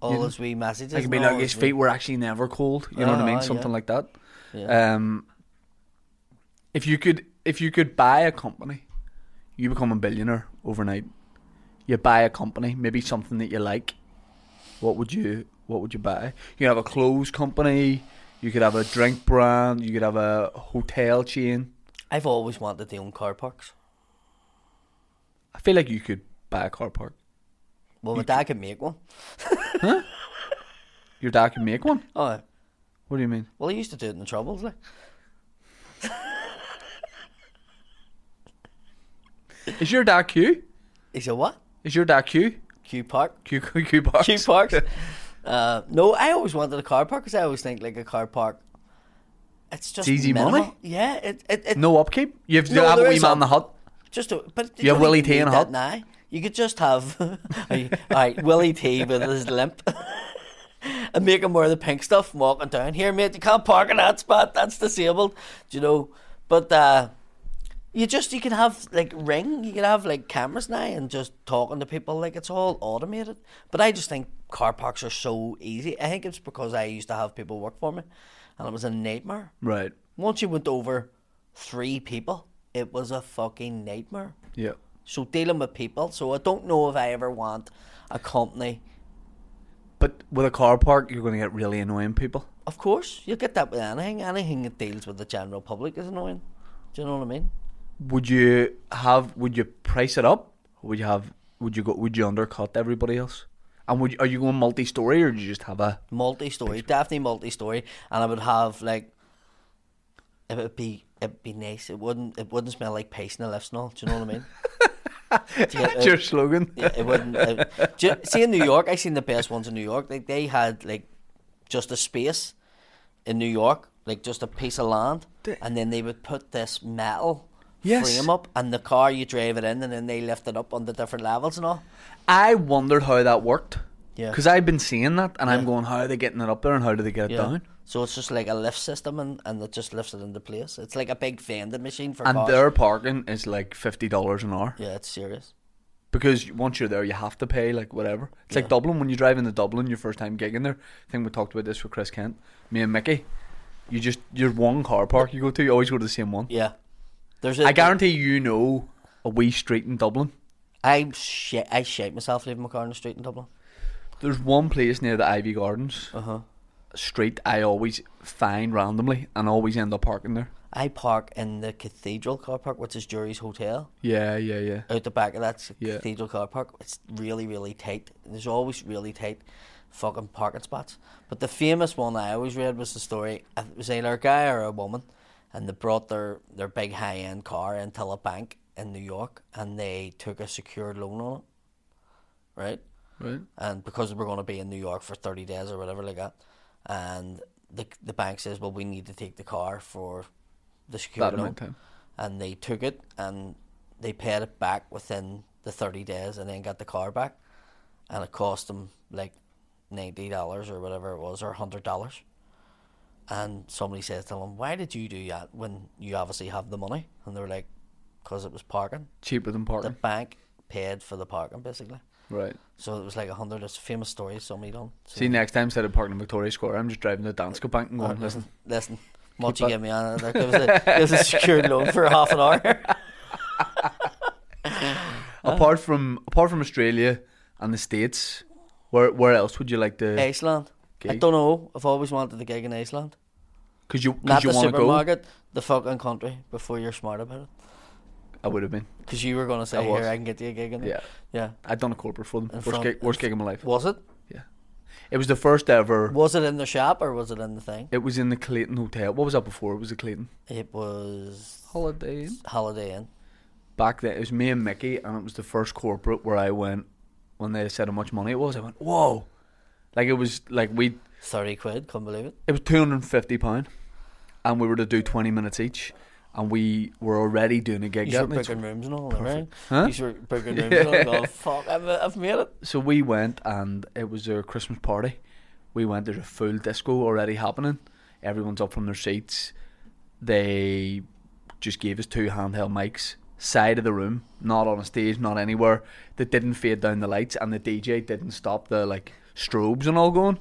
S2: All
S1: Yeah.
S2: those wee messages.
S1: I could be
S2: and all
S1: like
S2: those
S1: his
S2: wee-
S1: feet were actually never cold. You know what I
S2: Ah,
S1: mean?
S2: ah,
S1: Something
S2: yeah.
S1: like that.
S2: Yeah.
S1: Um, if you could, if you could buy a company, you become a billionaire overnight. You buy a company, maybe something that you like. What would you? What would you buy? You have a clothes company. You could have a drink brand. You could have a hotel chain.
S2: I've always wanted to own car parks.
S1: I feel like you could buy a car park.
S2: Well, my dad could make one.
S1: Your dad could make one.
S2: Oh,
S1: What do you mean?
S2: well, he used to do it in the troubles. Like.
S1: Is your dad Q?
S2: He said, "What?
S1: Is your dad Q?
S2: Q Park?
S1: Q Q Q box.
S2: Q Parks?" uh, no, I always wanted a car park because I always think like a car park. It's just
S1: It's easy money.
S2: minimal. Yeah, it it, it
S1: No upkeep. You have, you
S2: No,
S1: have a
S2: there
S1: wee
S2: is
S1: man in the
S2: up-
S1: hut.
S2: just a, but
S1: You have
S2: don't
S1: Willie
S2: even
S1: T
S2: need
S1: and
S2: that
S1: Hut?
S2: now. You could just have aye, aye, Willie T with his limp. And make him wear the pink stuff walking down here, mate. You can't park in that spot. That's disabled. Do you know? But uh, you just you can have like ring. You can have like cameras now and just talking to people. Like it's all automated. But I just think car parks are so easy. I think it's because I used to have people work for me, and it was a nightmare.
S1: Right.
S2: Once you went over three people, it was a fucking nightmare.
S1: Yeah.
S2: So dealing with people, so I don't know if I ever want a company.
S1: But with a car park, you're going to get really annoying people.
S2: Of course, you get that with anything. Anything that deals with the general public is annoying. Do you know what I mean?
S1: Would you have? Would you price it up? Would you have? Would you go? Would you undercut everybody else? And would you, are you going multi-story or do you just have a?
S2: Multi-story, definitely multi-story, and I would have like it would be it'd be nice. It wouldn't it wouldn't smell like paste in the lifts and all. Do you know what I mean? Do you get-
S1: That's your slogan.
S2: Yeah, it wouldn't. It, do you, see, in New York, I seen the best ones in New York. Like they had like just a space in New York, like just a piece of land,
S1: Th-
S2: and then they would put this metal
S1: Yes.
S2: frame up, and the car you drive it in, and then they lift it up on the different levels and all.
S1: I wondered how that worked.
S2: Yeah.
S1: Because I've been seeing that, and I'm
S2: Yeah.
S1: going, how are they getting it up there, and how do they get it
S2: Yeah.
S1: down?
S2: So it's just like a lift system, and, and it just lifts it into place. It's like a big vending machine for
S1: And
S2: cars.
S1: their parking is like fifty dollars an hour.
S2: yeah, it's serious.
S1: because once you're there, you have to pay like whatever. It's like Dublin when you drive into Dublin, your first time gigging there. I think we talked about this with Chris Kent, me and Mickey. You just your one car park you go to, you always go to the same one.
S2: Yeah, there's. A,
S1: I guarantee you know a wee street in Dublin.
S2: I shit. I shit myself leaving my car in the street in Dublin.
S1: There's one place near the Ivy Gardens
S2: Uh huh.
S1: street I always find randomly and always end up parking there.
S2: I park in the Cathedral car park, which is Jury's Hotel.
S1: Yeah, yeah, yeah.
S2: Out the back of that
S1: Yeah.
S2: Cathedral car park, it's really, really tight. There's always really tight fucking parking spots. But the famous one I always read was the story uh, it was either a guy or a woman, and they brought their, their big high end car into a bank in New York, and they took a secured loan on it, right?
S1: Right.
S2: and because we're going to be in New York for 30 days or whatever like that, and the the bank says, well, we need to take the car for the security
S1: That
S2: loan,
S1: amount of time.
S2: and they took it and they paid it back within the 30 days, and then got the car back, and it cost them like ninety dollars or whatever it was, or hundred dollars. And somebody says to them, "Why did you do that when you obviously have the money?" And they were like, "Cause it was parking.
S1: Cheaper than
S2: The
S1: parking.
S2: bank paid for the parking, basically."
S1: Right.
S2: So it was like a hundred. It's a famous story. Somebody done. So,
S1: See, next time instead of parking in Victoria Square, I'm just driving to Danske Bank and going,
S2: Uh-huh.
S1: listen,
S2: listen, once you get me on it, there gives a, gives a secured loan for half an hour. Ah.
S1: Apart from apart from Australia and the States, where where else would you like to?
S2: Iceland. I
S1: Gig?
S2: don't know. I've always wanted a gig in Iceland.
S1: Because you cause
S2: Not
S1: you
S2: the
S1: want to go.
S2: supermarket, the fucking country. Before you're smart about it,
S1: I would have been.
S2: because you were gonna say
S1: I was.
S2: here I can get you a gig in. there."
S1: Yeah,
S2: yeah.
S1: I'd done a corporate for them.
S2: In
S1: Worst
S2: front-
S1: gig, worst gig of my life.
S2: Was it?
S1: Yeah, it was the first ever.
S2: Was it in the shop or was it in the thing?
S1: It was in the Clayton Hotel. What was that before? It was the Clayton
S2: It was
S1: Holiday Inn.
S2: Holiday Inn.
S1: Back then, it was me and Mickey, and it was the first corporate where I went. When they said how much money it was, I went, "Whoa!" Like it was like we.
S2: Thirty quid. Can't believe it.
S1: It was two hundred and fifty pound, and we were to do twenty minutes each, and we were already doing a gig.
S2: You were
S1: getting it.
S2: booking rooms and all, right?
S1: Huh?
S2: You were booking rooms and all. Going, Fuck, I've, I've made it.
S1: so we went and it was a Christmas party. We went. There's a full disco already happening. Everyone's up from their seats. They just gave us two handheld mics, side of the room, not on a stage, not anywhere. That didn't fade down the lights, and the DJ didn't stop the like strobes and all going.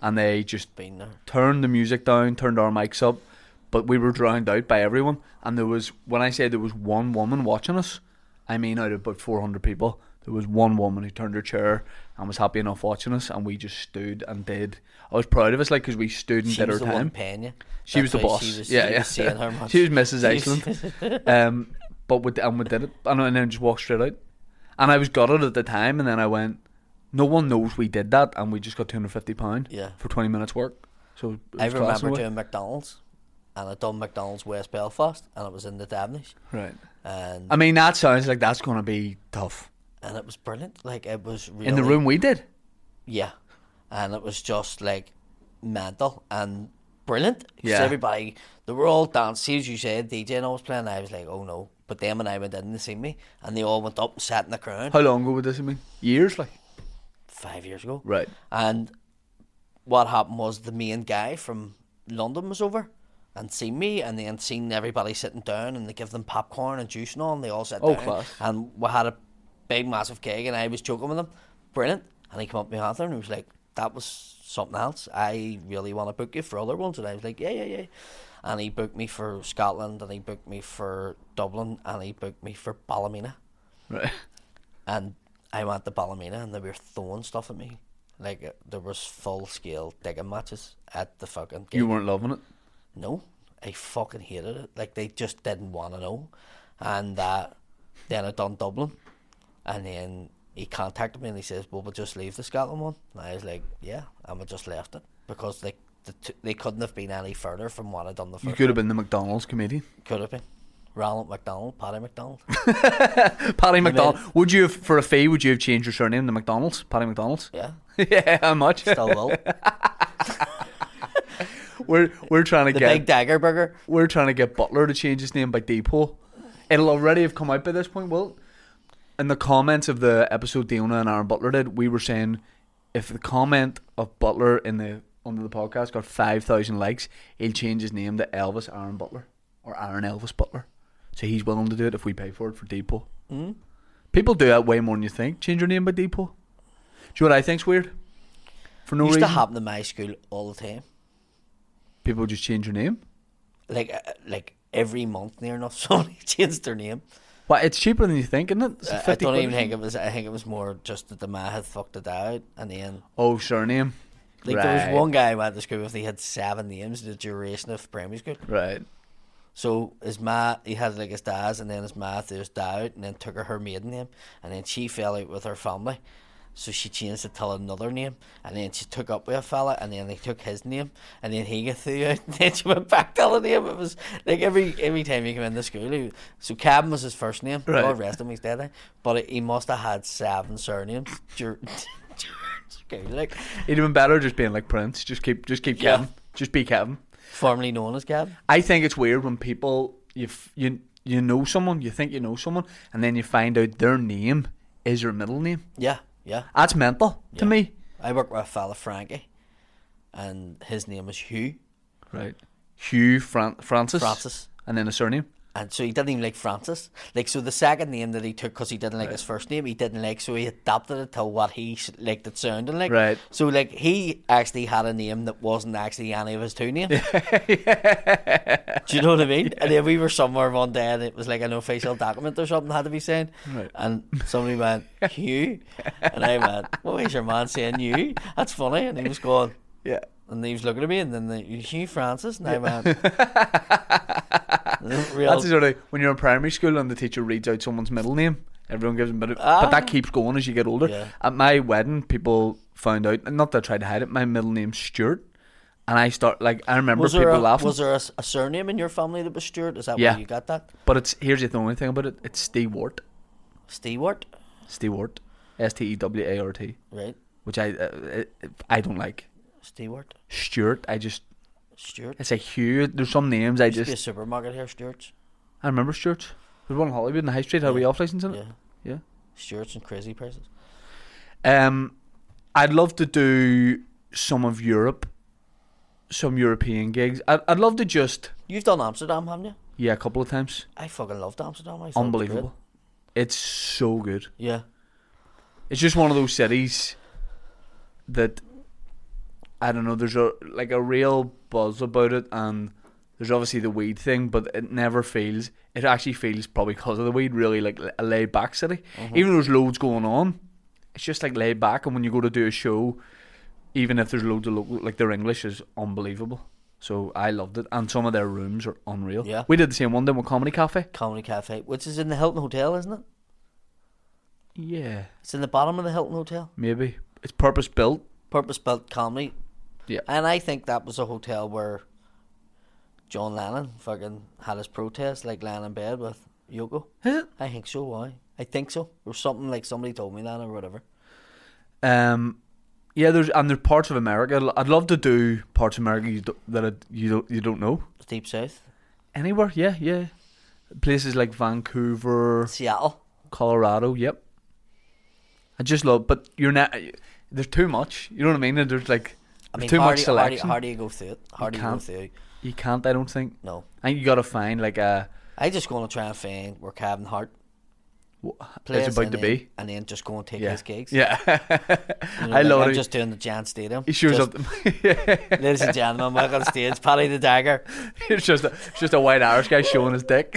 S1: And they just
S2: Been there.
S1: turned the music down, turned our mics up, but we were drowned out by everyone. And there was, when I say there was one woman watching us, I mean out of about 400 people, there was one woman who turned her chair and was happy enough watching us, and we just stood and did. I was proud of us, like, because we stood and
S2: She
S1: did
S2: was
S1: our
S2: the
S1: time.
S2: one paying you.
S1: She was the
S2: That's why
S1: boss.
S2: She was,
S1: yeah,
S2: she
S1: yeah.
S2: Was seeing her much.
S1: she was Mrs.
S2: was-
S1: Iceland. um, but we did, and we did it, and, and then just walked straight out. And I was gutted at the time, and then I went, no one knows we did that, and we just got two hundred fifty pound
S2: Yeah.
S1: for twenty minutes work. So it was
S2: I
S1: class in a
S2: remember
S1: way.
S2: doing McDonald's, and I done McDonald's West Belfast, and it was in the Davnish,
S1: Right.
S2: and
S1: I mean, that sounds like that's going to be tough.
S2: and it was brilliant. Like it was really
S1: In the room we did.
S2: Yeah, and it was just like mental and brilliant. 'Cause
S1: Yeah.
S2: everybody they were all dancing as you said. DJ and I was playing. And I was like, oh no. But them and I went in and they seen me, and they all went up and sat in the crowd
S1: How long ago would this have been? Years, like.
S2: five years ago.
S1: Right.
S2: And what happened was the main guy from London was over and seen me and then seen everybody sitting down and they give them popcorn and juice and all and they all sat
S1: Oh,
S2: down.
S1: class.
S2: And we had a big massive cake and I was joking with him. Brilliant. And he came up behind her and he was like, That was something else. I really want to book you for other ones and I was like, Yeah, yeah, yeah. And he booked me for Scotland and he booked me for Dublin and he booked me for Ballymena.
S1: Right.
S2: And I went to Ballymena and they were throwing stuff at me. Like uh, there was full scale digging matches at the fucking game.
S1: You weren't loving it.
S2: no, I fucking hated it. Like they just didn't want to know. And uh, then I done Dublin, and then he contacted me and he says, "Well, we'll just leave the Scotland one." And I was like, "Yeah," and we just left it because they the t- they couldn't have been any further from what I done the
S1: You
S2: first.
S1: could have been the McDonald's comedian.
S2: could have been. Ronald McDonald, Paddy McDonald.
S1: Paddy McDonald. Would you have, for a fee, would you have changed your surname to McDonald's? Paddy McDonald's?
S2: Yeah,
S1: yeah, how much?
S2: still will.
S1: We're, we're trying to
S2: The
S1: get.
S2: Big Dagger Burger.
S1: we're trying to get Butler to change his name by Depot. It'll already have come out by this point, Will. In the comments of the episode Diona and Aaron Butler did, we were saying if the comment of Butler in the under the podcast got five thousand likes, he'll change his name to Elvis Aaron Butler or Aaron Elvis Butler. So he's willing to do it if we pay for it for Depot.
S2: Mm.
S1: People do that way more than you think. Change your name by Depot. Do you know what I think's weird? For no
S2: used
S1: reason,
S2: to happen in my school all the time.
S1: people just change your name.
S2: Like uh, like every month near enough somebody changed their name.
S1: But it's cheaper than you think, isn't it? It's
S2: I- I
S1: 50
S2: don't
S1: quid or
S2: even
S1: something.
S2: think it was I think it was more just that the man had fucked it out and then
S1: Oh, surname.
S2: like there was one guy who went to school with he had seven names in the duration of primary school.
S1: Right.
S2: So his ma he had like his dad's and then his ma threw his dad out and then took her, her maiden name and then she fell out with her family. So she changed it to another name and then she took up with a fella and then they took his name and then he got through out and then she went back to the name. It was like every every time he came into school he, so Cabin was his first name.
S1: Right.
S2: God rest him he's dead now. But he must have had seven surnames during, during school, like
S1: It'd been better just being like Prince. Just keep, just keep
S2: Yeah.
S1: Kevin. Just be Kevin.
S2: formerly known as Cabin.
S1: I think it's weird when people you f- you you know someone, you think you know someone, and then you find out their name is your middle name.
S2: Yeah, yeah.
S1: That's mental to
S2: Yeah.
S1: me.
S2: I work with a fella Frankie and his name is Hugh.
S1: Right. Hugh Fran- Francis.
S2: Francis.
S1: And then a surname.
S2: And so he didn't even like Francis. Like, so the second name that he took, because he didn't like his first name, he didn't like, so he adapted it to what he s- liked it sounding like.
S1: Right.
S2: So, like, he actually had a name that wasn't actually any of his two names. Do you know what I mean? And then we were somewhere one day and it was like an official document or something had to be signed.
S1: Right.
S2: And somebody went, Hugh. And I went, What is your man saying, you? That's funny. And he was going,
S1: Yeah.
S2: and he was looking at me, and then the, Hugh Francis, and I went. real,
S1: That's the sort of when you're in primary school and the teacher reads out someone's middle name. Everyone gives them a bit of, but
S2: Ah.
S1: that keeps going as you get older.
S2: Yeah.
S1: At my wedding, people found out, and not that I tried to hide it. My middle name's Stuart, and I start like I remember
S2: was
S1: people
S2: there, a,
S1: laughing.
S2: was there a, s- a surname in your family that was Stuart? Is that
S1: Yeah.
S2: where you got that?
S1: But it's here's the only thing about it. It's Stewart,
S2: Stewart,
S1: Stewart, S T E W A R T,
S2: right?
S1: which I uh, I don't like.
S2: Stewart,
S1: Stewart, I just
S2: Stuart.
S1: it's a Hugh. There's some names I
S2: Used to be a
S1: just
S2: supermarket here, Stewart's.
S1: I remember Stewart. There's one in Hollywood in the High Street. Had we off license in
S2: Yeah,
S1: it? Yeah.
S2: Stewart's and crazy prices.
S1: Um, I'd love to do some of Europe, some European gigs. I'd, I'd love to just
S2: You've done Amsterdam, haven't you?
S1: yeah, a couple of times.
S2: I fucking loved Amsterdam. I thought it was
S1: Unbelievable. It's so good.
S2: great. Yeah.
S1: It's just one of those cities that I don't know. There's a like a real buzz about it, and there's obviously the weed thing, but it never feels. It actually feels probably because of the weed, really like a laid back city. Even though there's loads going on, it's just like laid back. And when you go to do a show, even if there's loads of local, like their English is unbelievable. So I loved it, and some of their rooms are unreal.
S2: Yeah.
S1: we did the same one then with Comedy Cafe.
S2: Comedy Cafe, which is in the Hilton Hotel, isn't it?
S1: Yeah,
S2: It's in the bottom of the Hilton Hotel.
S1: maybe it's purpose built.
S2: Purpose built comedy.
S1: Yeah.
S2: And I think that was a hotel where John Lennon fucking had his protest, like lying in bed with Yoko.
S1: Is it?
S2: I think so, why? I think so. Or something like somebody told me that or whatever.
S1: Um, yeah, there's and there's parts of America. I'd love to do parts of America you do, that I, you don't you don't know
S2: It's Deep South.
S1: anywhere. Yeah, yeah, places like Vancouver,
S2: Seattle.
S1: Colorado. Yep, I just love. But you're not. There's too much. You know what I mean? There's like
S2: I
S1: there's
S2: mean,
S1: too
S2: how,
S1: much
S2: do, you- how, do, you-
S1: selection.
S2: how do you go through it? How
S1: You
S2: do you go
S1: can't.
S2: through it?
S1: You can't. I don't think.
S2: No.
S1: I think you gotta find like a.
S2: I just going to try and find where Kevin Hart
S1: wh-
S2: plays.
S1: it's about
S2: and
S1: to
S2: then-
S1: be.
S2: And then just go and take
S1: Yeah.
S2: his gigs.
S1: Yeah.
S2: You know,
S1: I
S2: like,
S1: love
S2: I'm
S1: it.
S2: just doing the Jan Stadium.
S1: he shows
S2: Just-
S1: up. it's
S2: Ladies and gentlemen, welcome to stage. Paddy the Dagger.
S1: just a, it's just a white Irish guy showing his dick.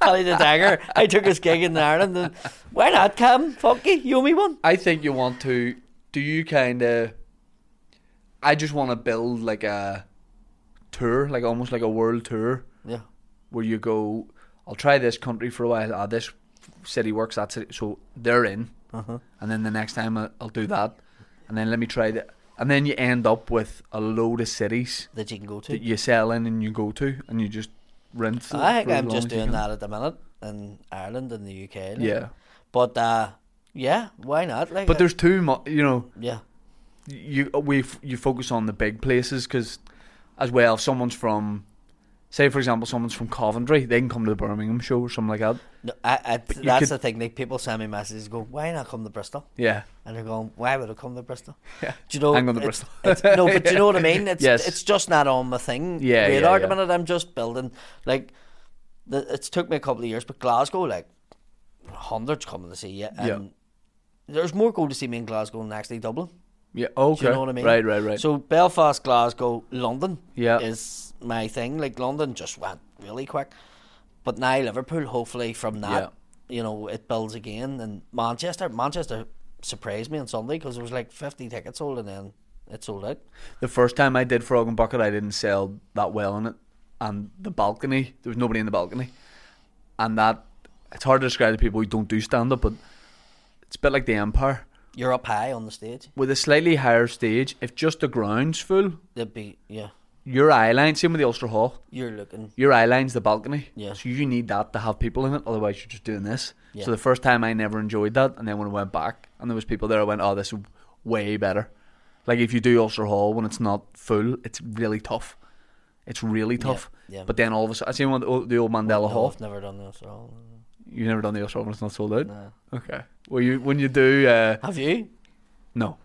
S2: Paddy the Dagger. I took his gig in Ireland. And why not, Cam? Fuck you. You owe me one.
S1: I think you want to. Do you kind of? I just want to build like a tour, like almost like a world tour,
S2: Yeah.
S1: where you go. I'll try this country for a while. Ah, this city works. That city, so they're in,
S2: Uh-huh.
S1: and then the next time I- I'll do that, and then let me try that, and then you end up with a load of cities
S2: That you can go to.
S1: that you sell in and you go to, and you just rinse.
S2: I think I'm just doing that at the minute in Ireland and the UK. like.
S1: Yeah,
S2: But uh, yeah, why not? Like,
S1: but
S2: uh,
S1: there's too much. You know,
S2: yeah,
S1: you we f- you focus on the big places because as well if someone's from say for example someone's from Coventry they can come to the Birmingham show or something like that
S2: no, I, I,
S1: you
S2: that's
S1: could-
S2: the thing. Like people send me messages, go, why not come to Bristol?
S1: yeah
S2: And they're going, why would I come to Bristol?
S1: Yeah.
S2: Do you know?
S1: Hang on to
S2: it's-
S1: Bristol.
S2: it's- no, but do you know what I mean? It's
S1: Yes.
S2: it's just not on my thing.
S1: Yeah, yeah,
S2: radar at
S1: yeah.
S2: the minute. I'm just building. Like, the, it's took me a couple of years, but Glasgow, like, hundreds coming to see you. And
S1: Yeah.
S2: There's more go to see me in Glasgow than actually Dublin.
S1: yeah okay
S2: Do you know what I mean?
S1: right right right
S2: So Belfast, Glasgow, London
S1: Yeah.
S2: is my thing. Like London just went really quick. But now Liverpool, hopefully from that, you know, it builds again. And Manchester, Manchester surprised me on Sunday because there was like 50 tickets sold and then it sold out.
S1: the first time I did Frog and Bucket I didn't sell that well in it and the balcony there was nobody in the balcony and that it's hard to describe to people who don't do stand up but it's a bit like the Empire
S2: You're up high on the stage.
S1: with a slightly higher stage if just the ground's full
S2: They'd be, yeah,
S1: your eye line same with the Ulster Hall
S2: you're looking.
S1: your eye line's the balcony.
S2: Yeah.
S1: So you need that to have people in it, otherwise you're just doing this.
S2: Yeah.
S1: So the first time I never enjoyed that, and then when I went back and there was people there, I went, "Oh, this is way better." Like if you do Ulster Hall when it's not full, it's really tough. It's really tough.
S2: yeah.
S1: But then all of a sudden, I seen one the old, the old Mandela
S2: No,
S1: Hall.
S2: I've never done this at all.
S1: You've never done the Ulster Hall when it's not sold out.
S2: No.
S1: Okay. Well, you when you do, uh,
S2: Have you?
S1: no.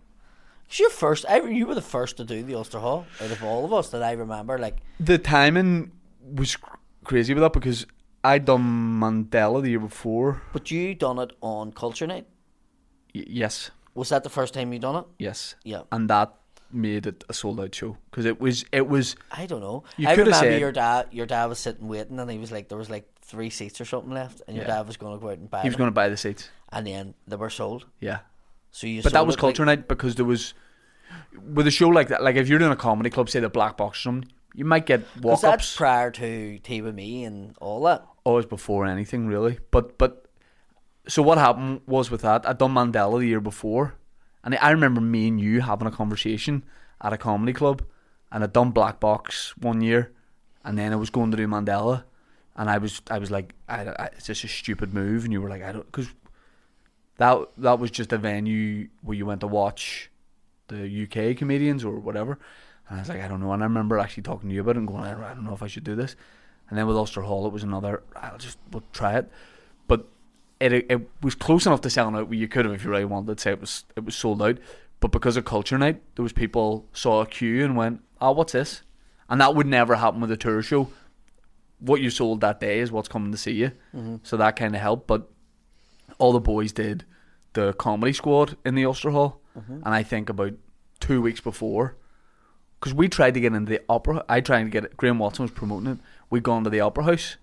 S2: It's your first. I, you were the first to do the Ulster Hall out of all of us that I remember. Like,
S1: The timing was cr- crazy with that because I done Mandela the year before.
S2: but you done it on Culture Night.
S1: Y- yes,
S2: Was that the first time you done it?
S1: yes.
S2: Yeah.
S1: and that made it a sold out show because it was it was
S2: I don't know.
S1: You
S2: I
S1: coulda
S2: remember
S1: said-
S2: your dad. Your dad was sitting waiting, and he was like, there was like three seats or something left, and your
S1: Yeah.
S2: dad was going to go out and buy
S1: he was
S2: them,
S1: going to buy the seats.
S2: and then they were sold.
S1: Yeah,
S2: So you.
S1: but that
S2: sold
S1: was
S2: it, like-
S1: culture night because there was with a show like that. Like if you're doing a comedy club, say the Black Box or something, you might get
S2: 'cause
S1: walk
S2: that's
S1: ups.
S2: prior to Tea with Me and all that.
S1: always before anything really. But but so what happened was with that I'd done Mandela the year before, and I remember me and you having a conversation at a comedy club, and I'd done Black Box one year, and then I was going to do Mandela, and I was I was like I, I, it's just a stupid move, and you were like I don't because that that was just a venue where you went to watch the UK comedians or whatever. And I was like, I don't know. And I remember actually talking to you about it and going, I don't- I don't know if I should do this. And then with Ulster Hall, it was another. I'll just we'll try it, but it it was close enough to selling out. Where you could have, if you really wanted, say it was it was sold out. But because of culture night, those people saw a queue and went, "Ah, what's this?" And that would never happen with a tour show. What you sold that day is what's coming to see you. So that kind of helped. But all the boys did the comedy squad in the Ulster Hall, and I think about two weeks before, because we tried to get into the opera. I tried to get it. Graham Watson was promoting it. We gone to the opera house,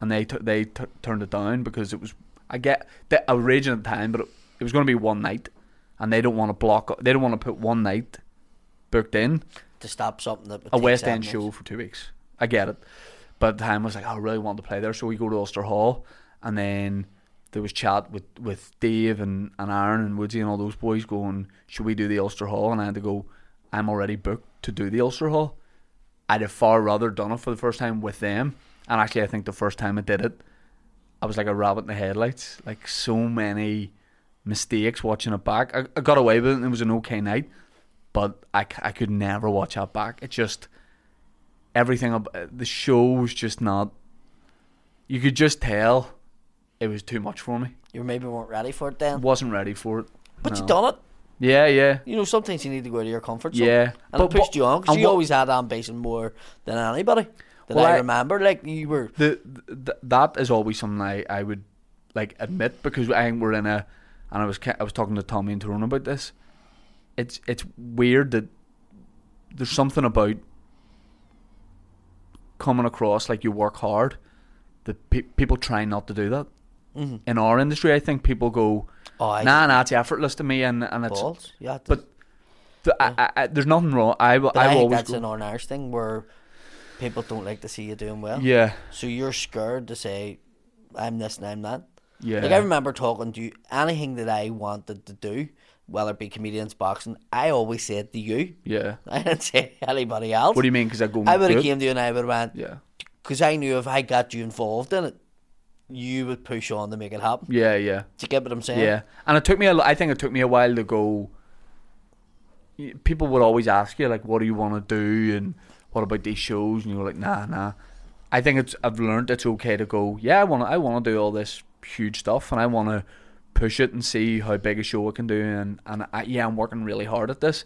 S1: and they tu- they tu- turned it down because it was I get the a raging at the time, but it, it was going to be one night, and they don't want to block. They don't want to put one night booked in
S2: to stop something that would
S1: a
S2: take
S1: West
S2: seven
S1: End show
S2: months.
S1: for two weeks. I get it. But the time I was like, "Oh, I really want to play there, so we go to Ulster Hall, and then there was chat with, with Dave and, and Aaron and Woodsy and all those boys going, should we do the Ulster Hall? And I had to go, I'm already booked to do the Ulster Hall. I'd have far rather done it for the first time with them. And actually, I think the first time I did it, I was like a rabbit in the headlights. Like so many mistakes watching it back. I, I got away with it and it was an okay night, but I, c- I could never watch that back. It just, everything, ab- the show was just not, you could just tell it was too much for me.
S2: You maybe weren't ready for it
S1: I
S2: then,
S1: wasn't ready for it.
S2: but you
S1: no.
S2: done it.
S1: Yeah, yeah.
S2: You know, sometimes you need to go out of your comfort zone.
S1: Yeah,
S2: and it pushed
S1: what-
S2: you on because
S1: and
S2: you
S1: what-
S2: always had ambition more than anybody that
S1: Well,
S2: I,
S1: I-
S2: remember. Like you were
S1: the, th that is always something I, I would like admit because I think we're in a and I was ca- I was talking to Tommy and Tyrone about this. It's it's weird that there's something about coming across like you work hard that pe- people try not to do that. In our industry, I think people go,
S2: Mm-hmm. oh I
S1: "Nah, nah, it's effortless to me," and and it's
S2: balls. Yeah,
S1: but th- I, I, I, there's nothing wrong. I will-
S2: but I,
S1: I will
S2: think
S1: always
S2: that's
S1: go,
S2: an an Irish thing where people don't like to see you doing well.
S1: yeah,
S2: So you're scared to say, "I'm this and I'm that."
S1: yeah.
S2: Like I remember talking to you, anything that I wanted to do, whether it be comedians, boxing, I always said to you.
S1: yeah.
S2: I didn't say anybody else.
S1: What do you mean? Because I go, and
S2: I would
S1: do
S2: have
S1: it?
S2: came to you and I would have went
S1: Yeah,
S2: because I knew if I got you involved in it, you would push on to make it happen.
S1: yeah, yeah.
S2: Do you get what I'm saying?
S1: Yeah, and it took me. A, I think it took me a while to go. y- People would always ask you like, "What do you want to do?" and "What about these shows?" and you were like, "Nah, nah." I think it's. I've learned it's okay to go. Yeah, I want. to I want to do all this huge stuff, and I want to push it and see how big a show I can do. And and I, yeah, I'm working really hard at this.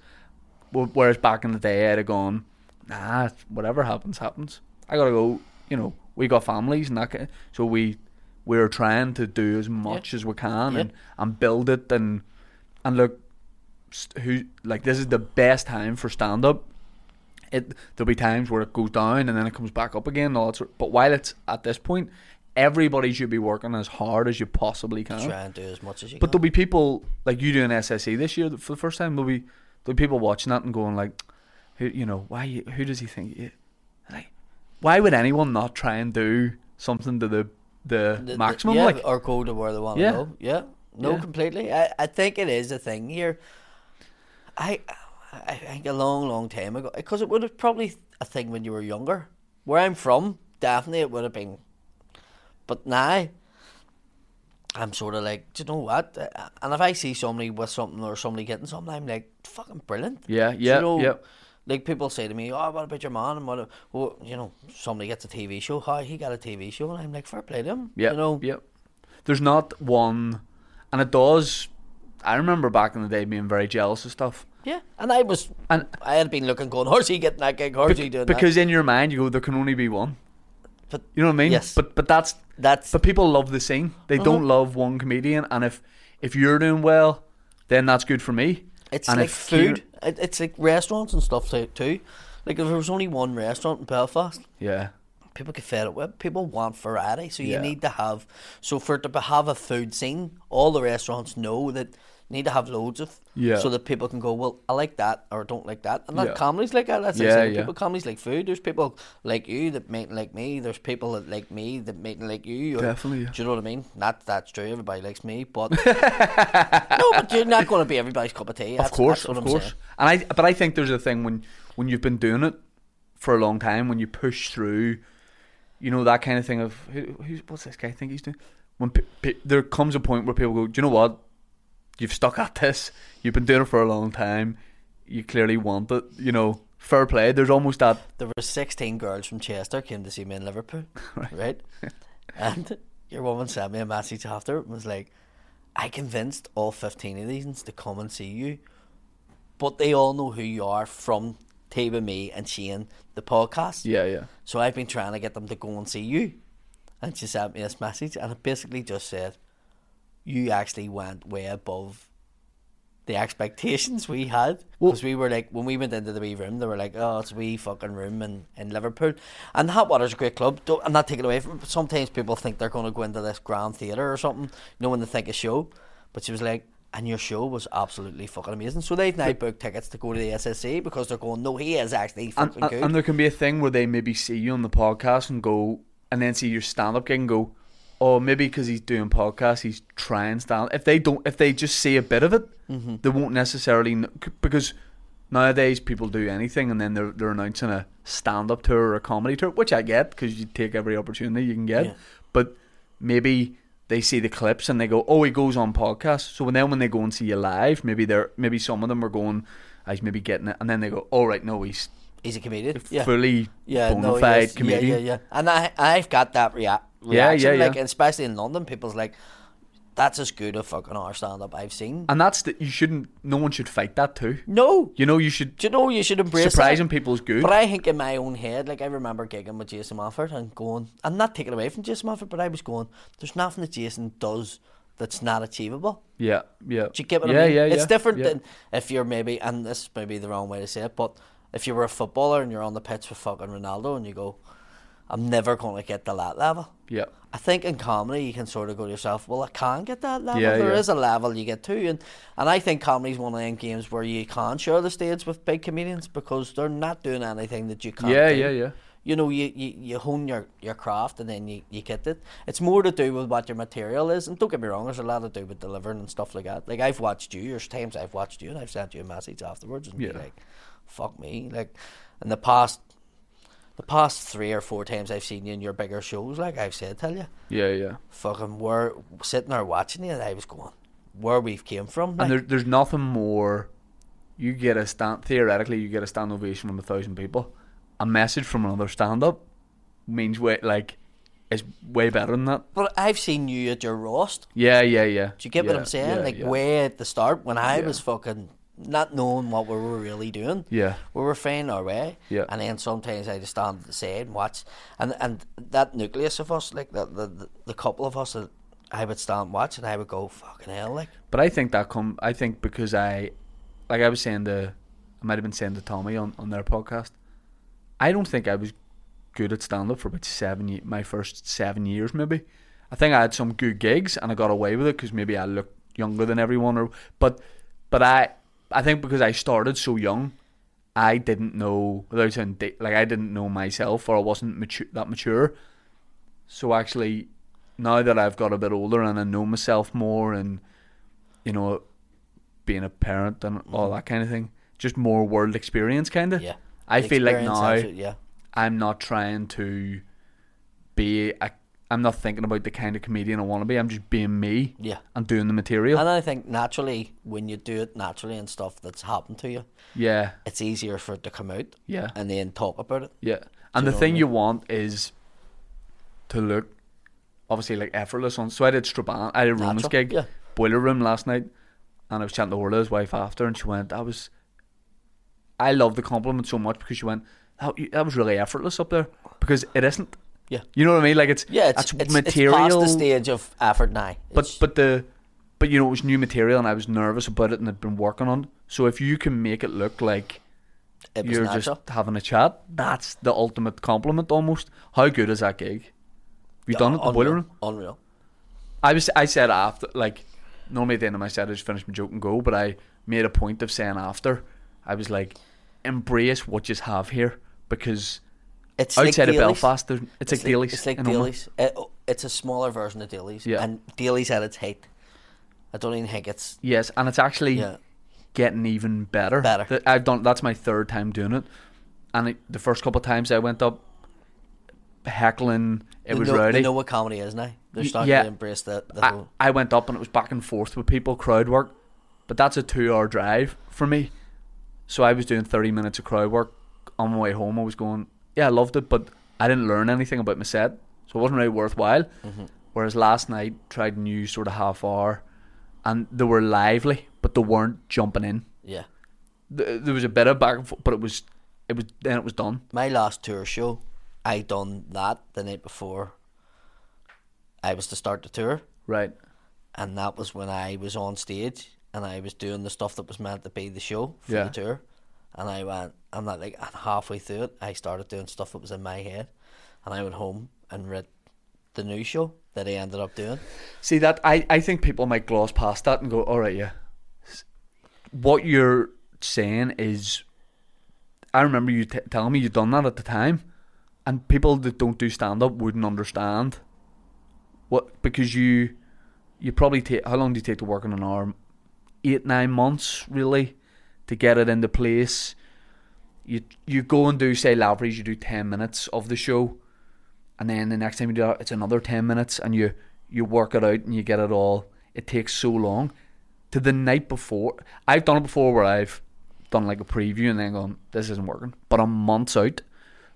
S1: Wh- Whereas back in the day, I'd have gone, "Nah, whatever happens, happens." I gotta go. You know, we got families and that. ki- So we we're trying to do as much as we can
S2: Yeah.
S1: and, and build it and and look st- who like this is the best time for stand up it there'll be times where it goes down and then it comes back up again and all that sort- but while it's at this point everybody should be working as hard as you possibly can
S2: Try and do as much as you
S1: but
S2: can.
S1: there'll be people like you doing SSE this year for the first time. There'll be there'll be people watching that and going like, who you know why you- who does he think you like? Why would anyone not try and do something to the the,
S2: The- the-
S1: maximum?
S2: yeah,
S1: like
S2: or go to where they want to
S1: Yeah.
S2: go. Yeah, no,
S1: Yeah.
S2: completely. I, I think it is a thing here. I I think a long, long time ago, because it would have probably a thing when you were younger. Where I'm from, definitely it would have been. But now, I'm sort of like, do you know what? Uh, And if I see somebody with something or somebody getting something, I'm like, fucking brilliant.
S1: yeah,
S2: Do
S1: yeah,
S2: you know,
S1: yeah,
S2: Like people say to me, "Oh, what about your man?" And what? a- Well, you know, somebody gets a TV show. How he got a TV show? And I'm like, fair play to him.
S1: yeah,
S2: you know,
S1: yeah. There's not one, and it does. I remember back in the day being very jealous of stuff,
S2: Yeah, and I was,
S1: and
S2: I had been looking, going, "How's he getting that gig? How's he doing
S1: because in your mind you go, there can only be one.
S2: But-
S1: you know what I mean?
S2: yes. Uh-huh.
S1: But but that's
S2: that?" That's
S1: But people love the scene. They don't love one comedian. And if if you're doing well, then that's good for me.
S2: it's
S1: and
S2: like
S1: if Keir-
S2: food. It, it's like restaurants and stuff too- too. Like if there was only one restaurant in Belfast,
S1: Yeah.
S2: people get fed up with. it. People want variety, so you
S1: Yeah.
S2: need to have. So for it to be- have a food scene, all the restaurants know that you need to have loads of.
S1: Yeah.
S2: So that people can go, well, I like that or I don't like that, and that
S1: Yeah.
S2: comedy's like that. That's
S1: Yeah,
S2: yeah,
S1: yeah.
S2: People comedy's like food. There's people like you that mightn't like me. There's people that like me that mightn't like you. Or,
S1: Definitely, yeah.
S2: Do you know what I mean? Not that that's true. Everybody likes me, but no, but you're not going to be everybody's cup of tea. That's,
S1: of course,
S2: that's what
S1: of
S2: I'm
S1: course.
S2: Saying.
S1: And I but I think there's a thing when when you've been doing it for a long time, when you push through, you know that kind of thing of who, who's what's this guy think he's doing? When pe- pe- there comes a point where people go, do you know what? You've stuck at this. You've been doing it for a long time. You clearly want it. You know, fair play. There's almost that.
S2: There were 16 girls from Chester came to see me in Liverpool, right? and your woman sent me a message after and was like, I convinced all 15 of these to come and see you, but they all know who you are from Tea with Me and Shane, the podcast.
S1: Yeah, yeah.
S2: So I've been trying to get them to go and see you. And she sent me this message, and it basically just said, You actually went way above the expectations we had. Because we were like, when we went into the wee room, they were like, Oh, it's a wee fucking room in, in Liverpool. And Hotwater's a great club. Don't, I'm not taking away from it. but Sometimes people think they're going to go into this grand theatre or something, you know, when they think a show. But she was like, and your show was absolutely fucking amazing. So they've now booked tickets to go to the SSC because they're going, no, he is actually
S1: And,
S2: fucking
S1: and,
S2: good.
S1: and there can be a thing where they maybe see you on the podcast and go, and then see your stand up gig and go, oh, maybe because he's doing podcast, he's trying stand. If they don't, if they just see a bit of it,
S2: Mm-hmm.
S1: they won't necessarily kn- c- because nowadays people do anything and then they're they're announcing a stand up tour or a comedy tour, which I get because you take every opportunity you can get,
S2: Yeah.
S1: but maybe. They see the clips and they go, "Oh, he goes on podcast." So when- then, when they go and see you live, maybe they're maybe some of them are going, "I he's maybe getting it," and then they go, "All right, no, he's
S2: He's a comedian. Yeah.
S1: fully
S2: yeah,
S1: bona
S2: no, he
S1: fide
S2: is.
S1: comedian.
S2: Yeah, yeah, yeah. And I, I've got that rea-
S1: Yeah,
S2: reaction.
S1: yeah,
S2: Like,
S1: yeah.
S2: especially in London, people's like, that's as good a fucking hour stand up I've seen.
S1: And that's that you shouldn't. No one should fight that too.
S2: no,
S1: You know, you should
S2: do you know you should embrace
S1: surprising
S2: it?
S1: people is good.
S2: But I think in my own head, like I remember gigging with Jason Moffat and going, I'm not taking away from Jason Moffat, but I was going, there's nothing that Jason does that's not achievable.
S1: yeah, yeah.
S2: Do you get what
S1: yeah,
S2: I mean?
S1: Yeah,
S2: it's
S1: yeah,
S2: different
S1: yeah.
S2: than if you're maybe, and this may be the wrong way to say it, but if you were a footballer and you're on the pitch with fucking Ronaldo and you go, I'm never going to get to that level.
S1: Yeah,
S2: I think in comedy you can sort of go to yourself, well, I can get that level. There
S1: Yeah,
S2: is
S1: yeah.
S2: a level you get to, and and I think comedy's one of them games where you can share the stage with big comedians because they're not doing anything that you can't.
S1: yeah,
S2: do.
S1: yeah, yeah.
S2: You know, you, you, you hone your, your craft and then you, you get it. It's more to do with what your material is. And don't get me wrong, there's a lot to do with delivering and stuff like that. Like, I've watched you, there's times I've watched you and I've sent you a message afterwards and you're
S1: Yeah.
S2: like, fuck me. Like, in the past the past three or four times I've seen you in your bigger shows, like I've said, tell you,
S1: Yeah, yeah.
S2: fucking, we're sitting there watching you, and I was going, where we've came from, like,
S1: And there, there's nothing more. You get a stand theoretically, you get a stand ovation from a thousand people. A message from another stand up means way like is way better than that.
S2: but I've seen you at your roast.
S1: Yeah, yeah, yeah.
S2: Do you get what
S1: Yeah,
S2: I'm saying?
S1: yeah,
S2: like
S1: yeah.
S2: way at the start when I
S1: Yeah.
S2: was fucking not knowing what we were really doing.
S1: Yeah,
S2: We were finding our way.
S1: Yeah.
S2: And then sometimes I just stand at the side and watch. And and that nucleus of us, like the the, the, the couple of us that I would stand and watch and I would go, fucking hell, like
S1: But I think that come. I think because I, like I was saying to, I might have been saying to Tommy on, on their podcast. I don't think I was good at stand up for about seven. ye- My first seven years, maybe. I think I had some good gigs and I got away with it because maybe I looked younger than everyone. Or but, but I, I think because I started so young, I didn't know without sounding da- like I didn't know myself or I wasn't mature that mature. So actually, now that I've got a bit older and I know myself more and you know, being a parent and all that kind of thing. Just more world experience, kind of.
S2: Mm-hmm. yeah.
S1: I
S2: The
S1: feel like
S2: experience,
S1: now
S2: absolute- yeah.
S1: I'm not trying to be. A, I'm not thinking about the kind of comedian I want to be. I'm just being me
S2: Yeah.
S1: and doing the material.
S2: And I think naturally, when you do it naturally and stuff that's happened to you,
S1: yeah,
S2: it's easier for it to come out
S1: yeah,
S2: and then talk about it.
S1: yeah. And the
S2: you know what I
S1: thing
S2: mean?
S1: you want is to look obviously like effortless on. So I did Strabane. I did Roman's
S2: Natural,
S1: gig.
S2: yeah.
S1: boiler room last night, and I was chatting to Orla, his wife, after, and she went, "I was, I love the compliment so much because she went, that, you- that was really effortless up there because it isn't.
S2: Yeah.
S1: you know what I mean. Like it's
S2: Yeah, it's,
S1: that's
S2: it's, material, it's
S1: material,
S2: past the stage of effort now.
S1: but
S2: It's-
S1: but the but you know it was new material, and I was nervous about it, and I'd been working on. it. So if you can make it look like
S2: it was
S1: you're
S2: natural.
S1: just having a chat, that's the ultimate compliment almost. How good is that gig? Have you done it at the
S2: unreal,
S1: boiler room?
S2: Unreal.
S1: I was I said after like normally at the end of my set I just finish my joke and go, but I made a point of saying after I was like embrace what you have here because
S2: It's
S1: outside
S2: like
S1: of
S2: Dailies.
S1: Belfast there, it's, like dailies.
S2: It's like
S1: in Oman.
S2: dailies. It, it's a smaller version of dailies.
S1: Yeah.
S2: And dailies at its height. I don't even think it's
S1: Yes, and it's actually
S2: yeah
S1: getting even better.
S2: Better.
S1: Th- I've done that's my third time doing it, and it, the first couple of times I went up heckling, it
S2: They
S1: was
S2: know, they
S1: rowdy.
S2: know what comedy is now. They're
S1: Y-
S2: starting
S1: yeah.
S2: to embrace the, the
S1: I,
S2: whole.
S1: I went up and it was back and forth with people, crowd work, but that's a two hour drive for me. So I was doing 30 minutes of crowd work on my way home. I was going, yeah, I loved it, but I didn't learn anything about my set, so it wasn't really worthwhile. Whereas last night, tried a new sort of half hour, and they were lively, but they weren't jumping in.
S2: Yeah.
S1: th- there was a bit of back and forth, but it was it was then it was done.
S2: My last tour show, I done that the night before I was to start the tour.
S1: Right.
S2: and that was when I was on stage and I was doing the stuff that was meant to be the show for
S1: Yeah.
S2: the tour. And I went, I'm not like, and halfway through it, I started doing stuff that was in my head, and I went home and read the new show that I ended up doing.
S1: See that I, I think people might gloss past that and go, all right, yeah. S- What you're saying is, I remember you t- telling me you'd done that at the time, and people that don't do stand up wouldn't understand. What because you, you probably take how long do you take to work on an arm? Eight nine months really, to get it into place. You you go and do say Lavery's, you do ten minutes of the show and then the next time you do that, it's another 10 minutes and you you work it out and you get it all it takes so long to the night before i've done it before where i've done like a preview and then gone this isn't working but i'm months out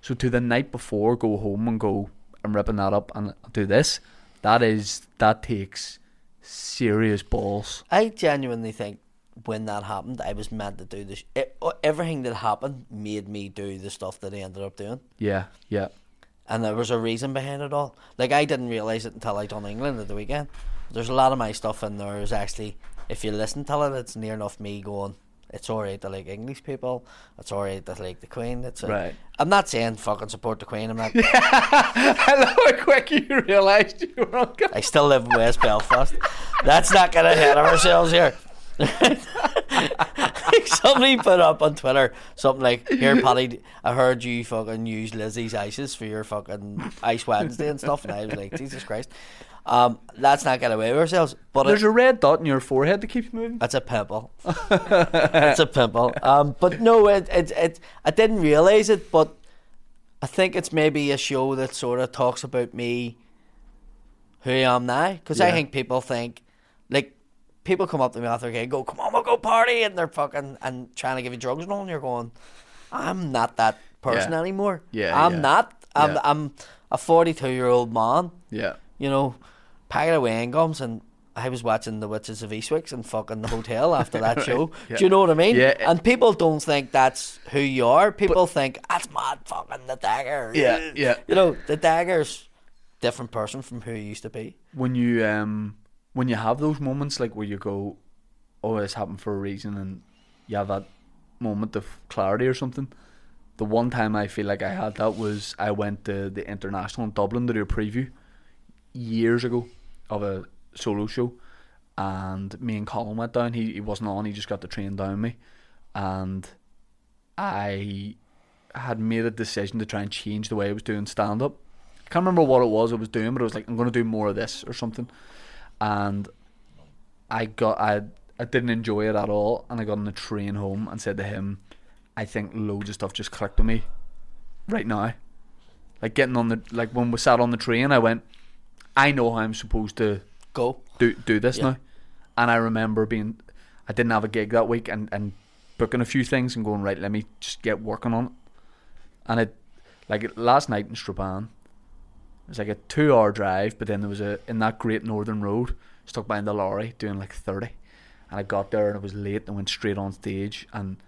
S1: so to the night before go home and go i'm ripping that up and I'll do this that is that takes serious balls
S2: I genuinely think when that happened, I was meant to do this. It, everything that happened made me do the stuff that I ended up doing.
S1: yeah yeah
S2: and there was a reason behind it all. Like I didn't realize it until I done England at the weekend. There's a lot of my stuff in there is actually, if you listen to it, it's near enough me going. It's alright to like English people. It's alright to like the Queen. It's a,
S1: Right.
S2: I'm not saying fucking support the Queen. I'm not.
S1: i love how quick you realized you were on
S2: I still live in West Belfast. That's not gonna ahead of ourselves here. Somebody put up on Twitter something like, "Here, Paddy, I heard you fucking use Lizzie's ices for your fucking Ice Wednesday and stuff," and I was like, "Jesus Christ, um, let's not get away with ourselves." But
S1: there's
S2: it,
S1: a red dot in your forehead that keeps moving
S2: it's a pimple. it's a pimple. Um, but no, it, it it I didn't realize it, but I think it's maybe a show that sort of talks about me, who I am now, because I
S1: Yeah.
S2: think people think, like, people come up to me after a game, go, come on, we'll go party, and they're fucking and trying to give you drugs and all, and you're going, I'm not that person
S1: Yeah.
S2: anymore.
S1: Yeah,
S2: I'm
S1: yeah.
S2: not. I'm
S1: Yeah.
S2: I'm a 42 year old man
S1: yeah
S2: you know, packet of wine gums and I was watching The Witches of Eastwick and fucking the hotel after that show.
S1: yeah.
S2: Do you know what I mean?
S1: Yeah.
S2: And people don't think that's who you are. People think that's mad fucking the dagger.
S1: Yeah, yeah.
S2: You know, the dagger's different person from who you used to be.
S1: when you um when you have those moments like where you go, oh, this happened for a reason, and you have that moment of clarity or something. The one time I feel like I had that was I went to the international in Dublin to do a preview years ago of a solo show, and me and Colin went down. He he wasn't on. He just got the train down me, and I had made a decision to try and change the way I was doing stand up. I can't remember what it was I was doing, but I was like, I'm going to do more of this or something. And I got, I, I didn't enjoy it at all. And I got on the train home and said to him, I think loads of stuff just clicked with me right now. Like getting on the, like when we sat on the train, I went, I know how I'm supposed to
S2: Go.
S1: do do this
S2: Yeah.
S1: now. And I remember being, I didn't have a gig that week and, and booking a few things and going, right, let me just get working on it. And it, like last night in Strabane, it was like a two hour drive, but then there was a, in that great northern road, stuck behind the lorry doing like 30. And I got there and it was late and went straight on stage and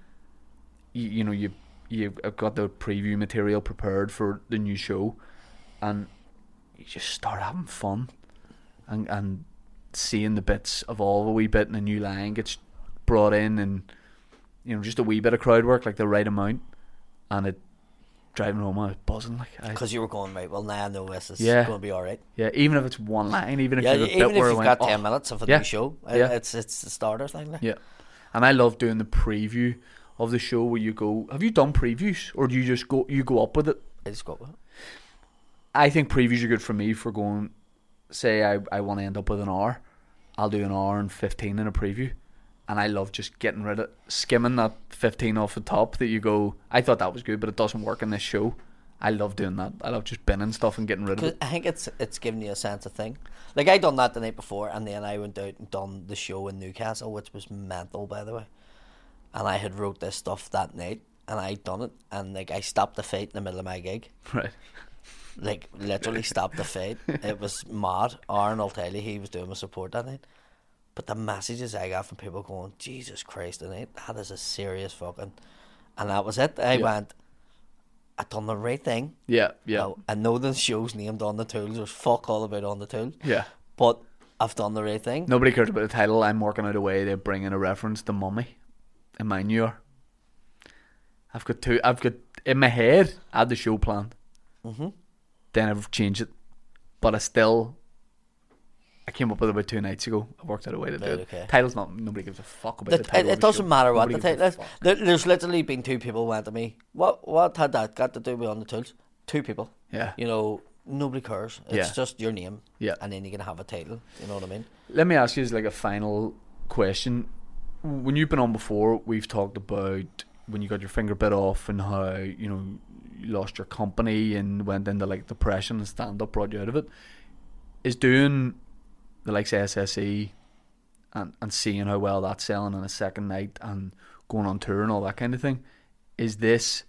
S1: you, you know you you have got the preview material prepared for the new show, and you just start having fun, and and seeing the bits evolve a wee bit, and a new line gets brought in, and you know just a wee bit of crowd work, like the right amount, and it driving home I was buzzing like I,
S2: Because you were going, right, well, now I know this is
S1: Yeah.
S2: going to be all right.
S1: yeah, even if it's one line, even if
S2: Yeah,
S1: you're the
S2: even
S1: bit
S2: if
S1: where I
S2: you've
S1: went,
S2: got
S1: "Oh,
S2: 10 minutes of a
S1: yeah,
S2: new show,
S1: yeah.
S2: it's, it's the starter thing. Like.
S1: Yeah. And I love doing the preview of the show where you go, have you done previews or do you just go you go up with it?
S2: I just go,
S1: I think previews are good for me for going say I, I want to end up with an hour. I'll do an hour and 15 in a preview. And I love just getting rid of skimming that 15 off the top that you go, I thought that was good, but it doesn't work in this show. I love doing that. I love just binning stuff and getting rid of
S2: Cause
S1: it.
S2: I think it's it's given you a sense of thing. Like I done that the night before, and then I went out and done the show in Newcastle, which was mental, by the way. And I had wrote this stuff that night, and I done it, and like I stopped the fight in the middle of my gig,
S1: Right.
S2: like literally stopped the fight. It was mad. Arnold Taylor, he was doing my support that night, But the messages I got from people going, Jesus Christ, tonight, that is a serious fucking. And that was it. I
S1: Yeah.
S2: went, I done the right thing.
S1: Yeah, yeah,
S2: Now, I know the show's named On the Tools. There's fuck all about On the Tools.
S1: yeah.
S2: But I've done the right thing.
S1: Nobody cares about the title. I'm working out a way to bring in a reference to Mummy in my new year. I've got two. I've got in my head. I had the show planned.
S2: Mhm.
S1: Then I've changed it, but I still. I came up with it about two nights ago. I worked out a way to do
S2: Right,
S1: it.
S2: okay.
S1: Title's not. Nobody gives a fuck about
S2: The-
S1: the,
S2: it
S1: title.
S2: it doesn't matter what the title
S1: title.
S2: is. There, there's literally been two people went to me. What what had that got to do with On the Tools? Two people.
S1: Yeah.
S2: You know, nobody cares. It's
S1: Yeah.
S2: just your name.
S1: Yeah.
S2: And then you're gonna have a title. You know what I mean?
S1: Let me ask you as like a final question. When you've been on before, we've talked about when you got your finger bit off and how you know you lost your company and went into like depression and stand up brought you out of it. Is doing the likes of E SSE and and seeing how well that's selling on a second night and going on tour and all that kind of thing. Is this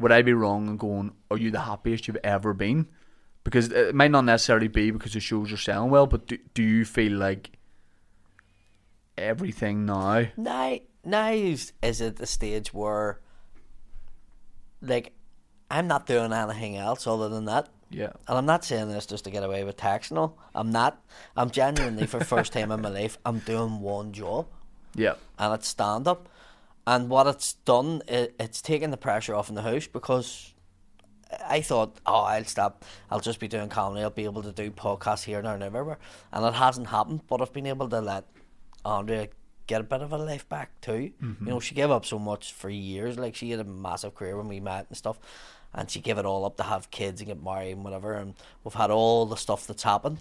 S1: would I be wrong in going? Are you the happiest you've ever been? Because it might not necessarily be because the shows are selling well, but do, do you feel like everything now?
S2: Now, now is is at the stage where, like, I'm not doing anything else other than that.
S1: Yeah,
S2: And I'm not saying this just to get away with tax. No, I'm not. I'm genuinely for the first time in my life. I'm doing one job.
S1: yeah,
S2: and it's stand up. And what it's done, it, it's taken the pressure off in the house because I thought, oh, I'll stop. I'll just be doing comedy. I'll be able to do podcasts here and there and everywhere. And it hasn't happened, but I've been able to let Andrea get a bit of a life back too. You know, she gave up so much for years. Like, she had a massive career when we met and stuff. And she gave it all up to have kids and get married and whatever. And we've had all the stuff that's happened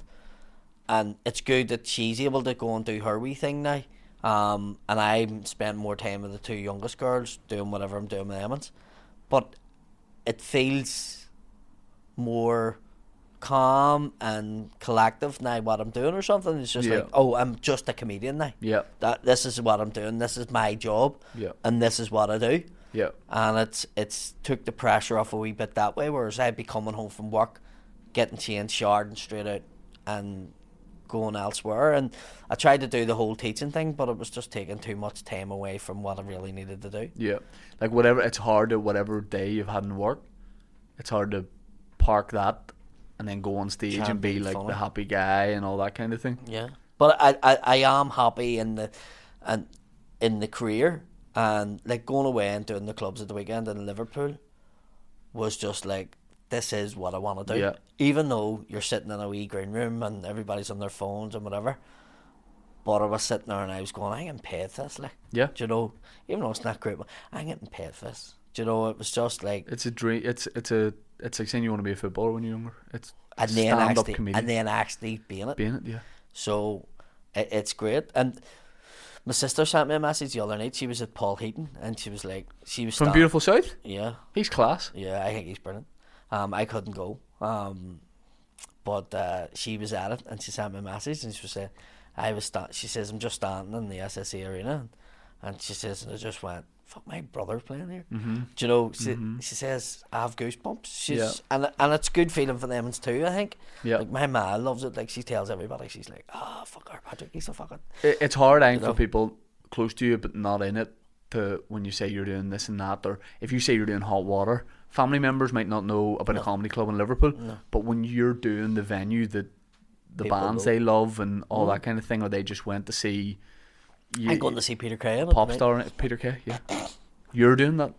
S2: and it's good that she's able to go and do her wee thing now. Um, and I spend more time with the two youngest girls doing whatever I'm doing with them. But it feels more calm and collective now what I'm doing or something. It's just
S1: Yeah.
S2: like, oh, I'm just a comedian now.
S1: yeah,
S2: That this is what I'm doing. This is my job,
S1: yeah,
S2: and this is what I do
S1: yeah,
S2: and it's Uh, it's took the pressure off a wee bit that way. Whereas I'd be coming home from work, getting changed, sharding straight out, and going elsewhere. And I tried to do the whole teaching thing, but it was just taking too much time away from what I really needed to do.
S1: yeah. Like whatever, it's hard to whatever day you've had in work. It's hard to park that and then go on stage
S2: Try
S1: and
S2: and
S1: be
S2: be
S1: like
S2: funny.
S1: the happy guy and all that kind of thing.
S2: Yeah, but I, I, I am happy in the and in the career and like going away and doing the clubs at the weekend in Liverpool was just like this is what I want to do.
S1: Yeah.
S2: Even though you're sitting in a wee green room and everybody's on their phones and whatever, but I was sitting there and I was going, I'm getting paid for this, like,
S1: Yeah,
S2: do you know? Even though it's not great, but I'm getting paid for this. Do you know? It was just like
S1: it's a dream. It's it's a it's like saying you want to be a footballer when you're younger. It's
S2: and then
S1: stand up
S2: actually
S1: comedian
S2: and then actually being it.
S1: being it. Yeah,
S2: So it, it's great. And my sister sent me a message the other night. She was at Paul Heaton and she was like, she was
S1: from
S2: stand-
S1: beautiful South.
S2: Yeah,
S1: He's class.
S2: yeah, I think he's brilliant. Um, I couldn't go. Um, but uh, she was at it and she sent me a message and she was saying, I was sta- she says, I'm just standing in the SSE arena. And she says, and I just went, fuck, my brother's playing here.
S1: Mm-hmm.
S2: Do you know, she, she says, I have goosebumps. She's,
S1: Yeah.
S2: and, and it's good feeling for them too, I think.
S1: Yeah.
S2: Like, my ma loves it. Like, she tells everybody, she's like, ah, fuck her, Patrick, he's so fucking
S1: It, it's hard, I think,
S2: You know?
S1: for people close to you but not in it to when you say you're doing this and that, or if you say you're doing hot water, family members might not know about a comedy club in Liverpool,
S2: No.
S1: but when you're doing the venue that the
S2: People Mm.
S1: bands
S2: know.
S1: they love and all that kind of thing, or they just went to see you,
S2: I'm going to see Peter Cray.
S1: pop star Peter Kay, yeah, you're doing that.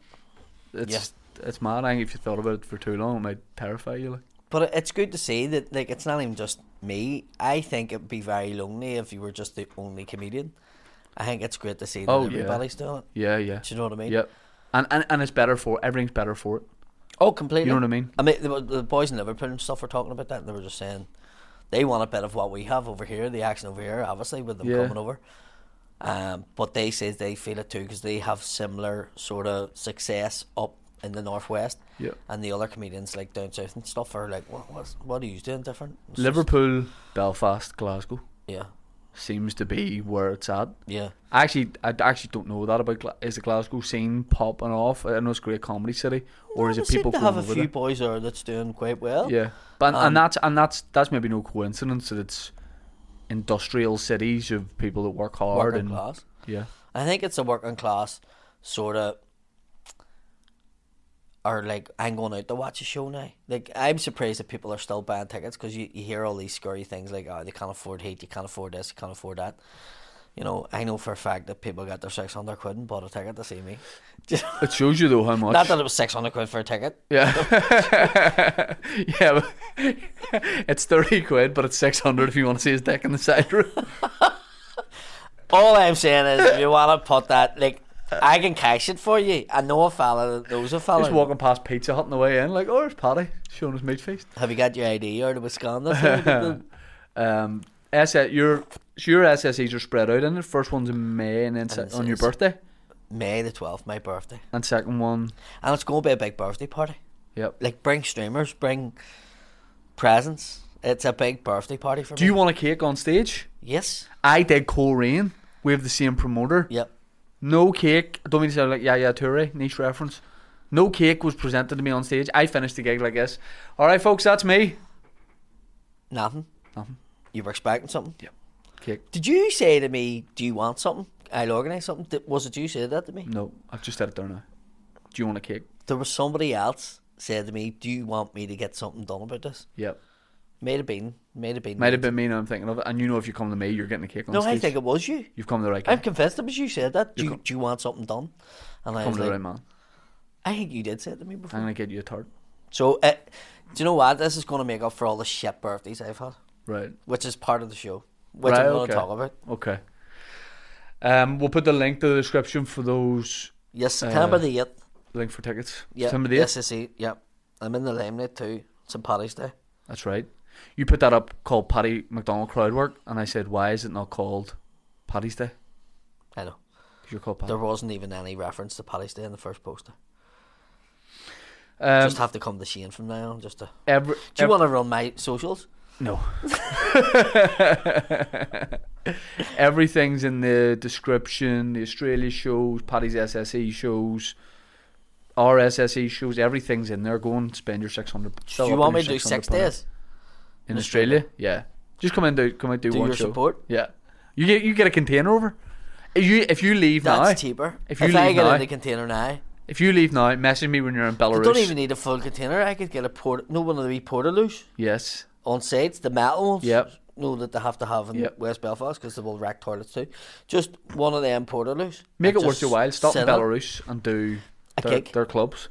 S1: It's it's mad. I think if you thought about it for too long, it might terrify you. Like,
S2: But it- it's good to see that, like, it's not even just me. I think it'd be very lonely if you were just the only comedian. I think it's great to see that
S1: Oh, yeah.
S2: everybody's doing it.
S1: yeah, yeah,
S2: Do you know what I mean?
S1: yep. And, and and it's better for everything's better for it.
S2: Oh, completely.
S1: You know what I mean?
S2: I mean, the, the boys in Liverpool and stuff were talking about that, and they were just saying they want a bit of what we have over here, the action over here, obviously with them
S1: Yeah.
S2: coming over. Um, but they say they feel it too because they have similar sort of success up in the northwest,
S1: Yeah.
S2: and the other comedians like down south and stuff are like, what what's, what are you doing different? It's just-
S1: Liverpool, Belfast, Glasgow.
S2: yeah,
S1: seems to be where it's at.
S2: yeah,
S1: I actually, I actually don't know that about Gla- is the Glasgow scene popping off. I know it's a great comedy city, or is
S2: They
S1: it people
S2: seem to
S1: going
S2: have a
S1: over
S2: few boys there that's doing quite well.
S1: there? Yeah, but and
S2: Um,
S1: that's and that's that's maybe no coincidence that it's industrial cities of people that work hard
S2: working
S1: and
S2: class.
S1: yeah,
S2: I think it's a working class sort of. Or like, I'm going out to watch a show now. Like, I'm surprised that people are still buying tickets because you, you hear all these scary things like, oh, they can't afford heat, you can't afford this, you can't afford that. You know, I know for a fact that people got their 600 quid and bought a ticket to see me.
S1: it shows you though how much.
S2: Not that it was 600 quid for a ticket.
S1: yeah, yeah. but- it's thirty quid, but it's six hundred if you want to see his dick in the side room.
S2: All I'm saying is, if you want to put that, like, I can cash it for you. I know a fella that knows a fella.
S1: Just walking past Pizza Hut on the way in, like, oh, there's Paddy showing his meat feast.
S2: Have you got your ID or the Wisconsin?
S1: Um, SS, your so your SSEs are spread out, and the first one's in May, and then se-
S2: it
S1: on your
S2: says-
S1: birthday,
S2: May the 12th, my birthday.
S1: and second one,
S2: And it's going to be a big birthday party.
S1: yep.
S2: Like, bring streamers, bring presents. It's a big birthday party for
S1: Do
S2: me.
S1: you want a cake on stage?
S2: Yes.
S1: I did Cole Rain. We have the same promoter.
S2: Yep.
S1: No cake. I don't mean to sound like Yaya Toure, niche reference. No cake was presented to me on stage. I finished the gig like this. All right, folks, that's me.
S2: Nothing.
S1: Nothing.
S2: You were expecting something.
S1: Cake.
S2: Did you say to me, do you want something? I'll organise something. Did- Was it you said that to me?
S1: No, I've just said it there now. Do you want a cake?
S2: There was somebody else said to me, do you want me to get something done about this?
S1: Yep.
S2: Might have been. Might have been.
S1: Might have been me now I'm thinking of it. And you know if you come to me, you're getting a cake on
S2: No,
S1: stage.
S2: I think it was you.
S1: You've come to the right
S2: I'm
S1: guy.
S2: convinced it was you said that. Do
S1: You
S2: you,
S1: co-
S2: do you want something done? And I
S1: Come
S2: was
S1: to the
S2: like,
S1: right man.
S2: I think you did say it to me before.
S1: I'm going to get you a tart.
S2: So, uh, do you know what? This is going to make up for all the shit birthdays I've had,
S1: Right.
S2: which is part of the show, which
S1: Right,
S2: I'm going
S1: okay.
S2: to talk about.
S1: Okay. Um, we'll put the link to the description for those.
S2: Yes, September
S1: Uh,
S2: the 8th.
S1: Link for tickets.
S2: Yeah,
S1: September the 8th.
S2: yes, I see. Yep. I'm in the limelight too. St. Paddy's Day.
S1: That's right. You put that up called Paddy McDonald crowd work, and I said, why is it not called Paddy's Day?
S2: I know.
S1: 'Cause you're called Paddy.
S2: There wasn't even any reference to Paddy's Day in the first poster.
S1: Um,
S2: just have to come to Shane from now on. Just to.
S1: every,
S2: Do you
S1: ev-
S2: want to run my socials?
S1: No. Everything's in the description. The Australia shows, Paddy's SSE shows, our SSE shows. Everything's in there. Go and spend your six hundred.
S2: Do you want me to do six days?
S1: in Australia? Yeah. Just come in, do come and do,
S2: Do
S1: one
S2: your
S1: show.
S2: support?
S1: Yeah. You get you get a container over. If you if you leave
S2: That's
S1: now,
S2: cheaper.
S1: If you
S2: I
S1: leave
S2: get
S1: now-
S2: in the container now,
S1: if you leave now, message me when you're in
S2: I
S1: Belarus.
S2: don't even need a full container. I could get a port. No one of the wee portaloos.
S1: yes.
S2: on sites, the metal ones.
S1: Yep.
S2: Know that they have to have in
S1: Yep.
S2: West Belfast because they will rack toilets too. Just one of them portaloos.
S1: Make
S2: and
S1: it worth
S2: just
S1: your while. Stop in
S2: sit up.
S1: Belarus and do
S2: A
S1: their,
S2: gig.
S1: their clubs.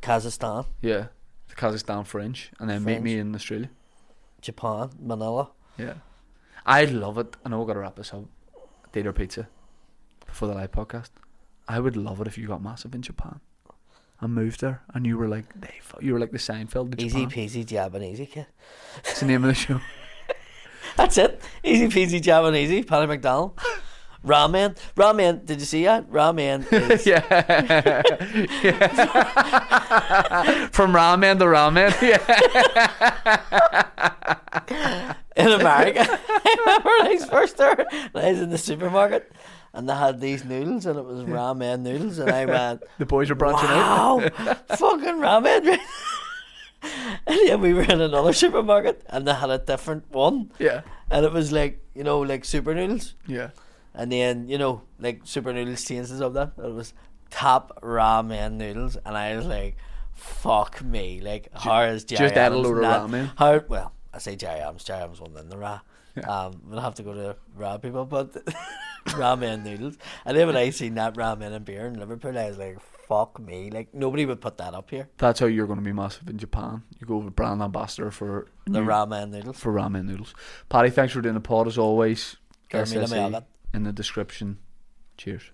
S2: Kazakhstan,
S1: Yeah. The Kazakhstan French, and then meet me
S2: Fringe.
S1: in Australia.
S2: Japan, Manila.
S1: Yeah. I love it. I know i got to wrap this up. Data pizza before the live podcast. I would love it if you got massive in Japan and moved there and you were like, they, fu- you were like the Seinfeld. Of
S2: Easy
S1: Japan.
S2: peasy Japanesey kid.
S1: It's the name of the show.
S2: That's it. Easy peasy Japanesey. Paddy McDonald. Ramen. Ramen. Did you see that? Ramen. Is,
S1: yeah. yeah. From ramen to ramen. Yeah.
S2: in America. I remember when I was first there. and I was in the supermarket and they had these noodles and it was ramen noodles and I went,
S1: The boys are branching out.
S2: wow, fucking ramen. and yeah, we were in another supermarket and they had a different one.
S1: Yeah.
S2: And it was like, you know, like super noodles.
S1: Yeah.
S2: And then, you know, like super noodles changes of that. It was top ramen noodles. And I was like, fuck me. Like, how is Jerry
S1: just add a
S2: Adams
S1: load of
S2: not-
S1: ramen.
S2: How, well, I say Jerry Adams. Jerry Adams wasn't in the ra. Um, we'll have to go to ra people, but ramen noodles. And then when I seen that ramen and beer in Liverpool, I was like, fuck me. Like, nobody would put that up here.
S1: That's how you're going to be massive in Japan. You go with brand ambassador for
S2: The
S1: new-
S2: ramen noodles.
S1: for ramen noodles. Paddy, thanks for doing the pod as always.
S2: Give me the
S1: SSE
S2: mail, then.
S1: in the description. Cheers.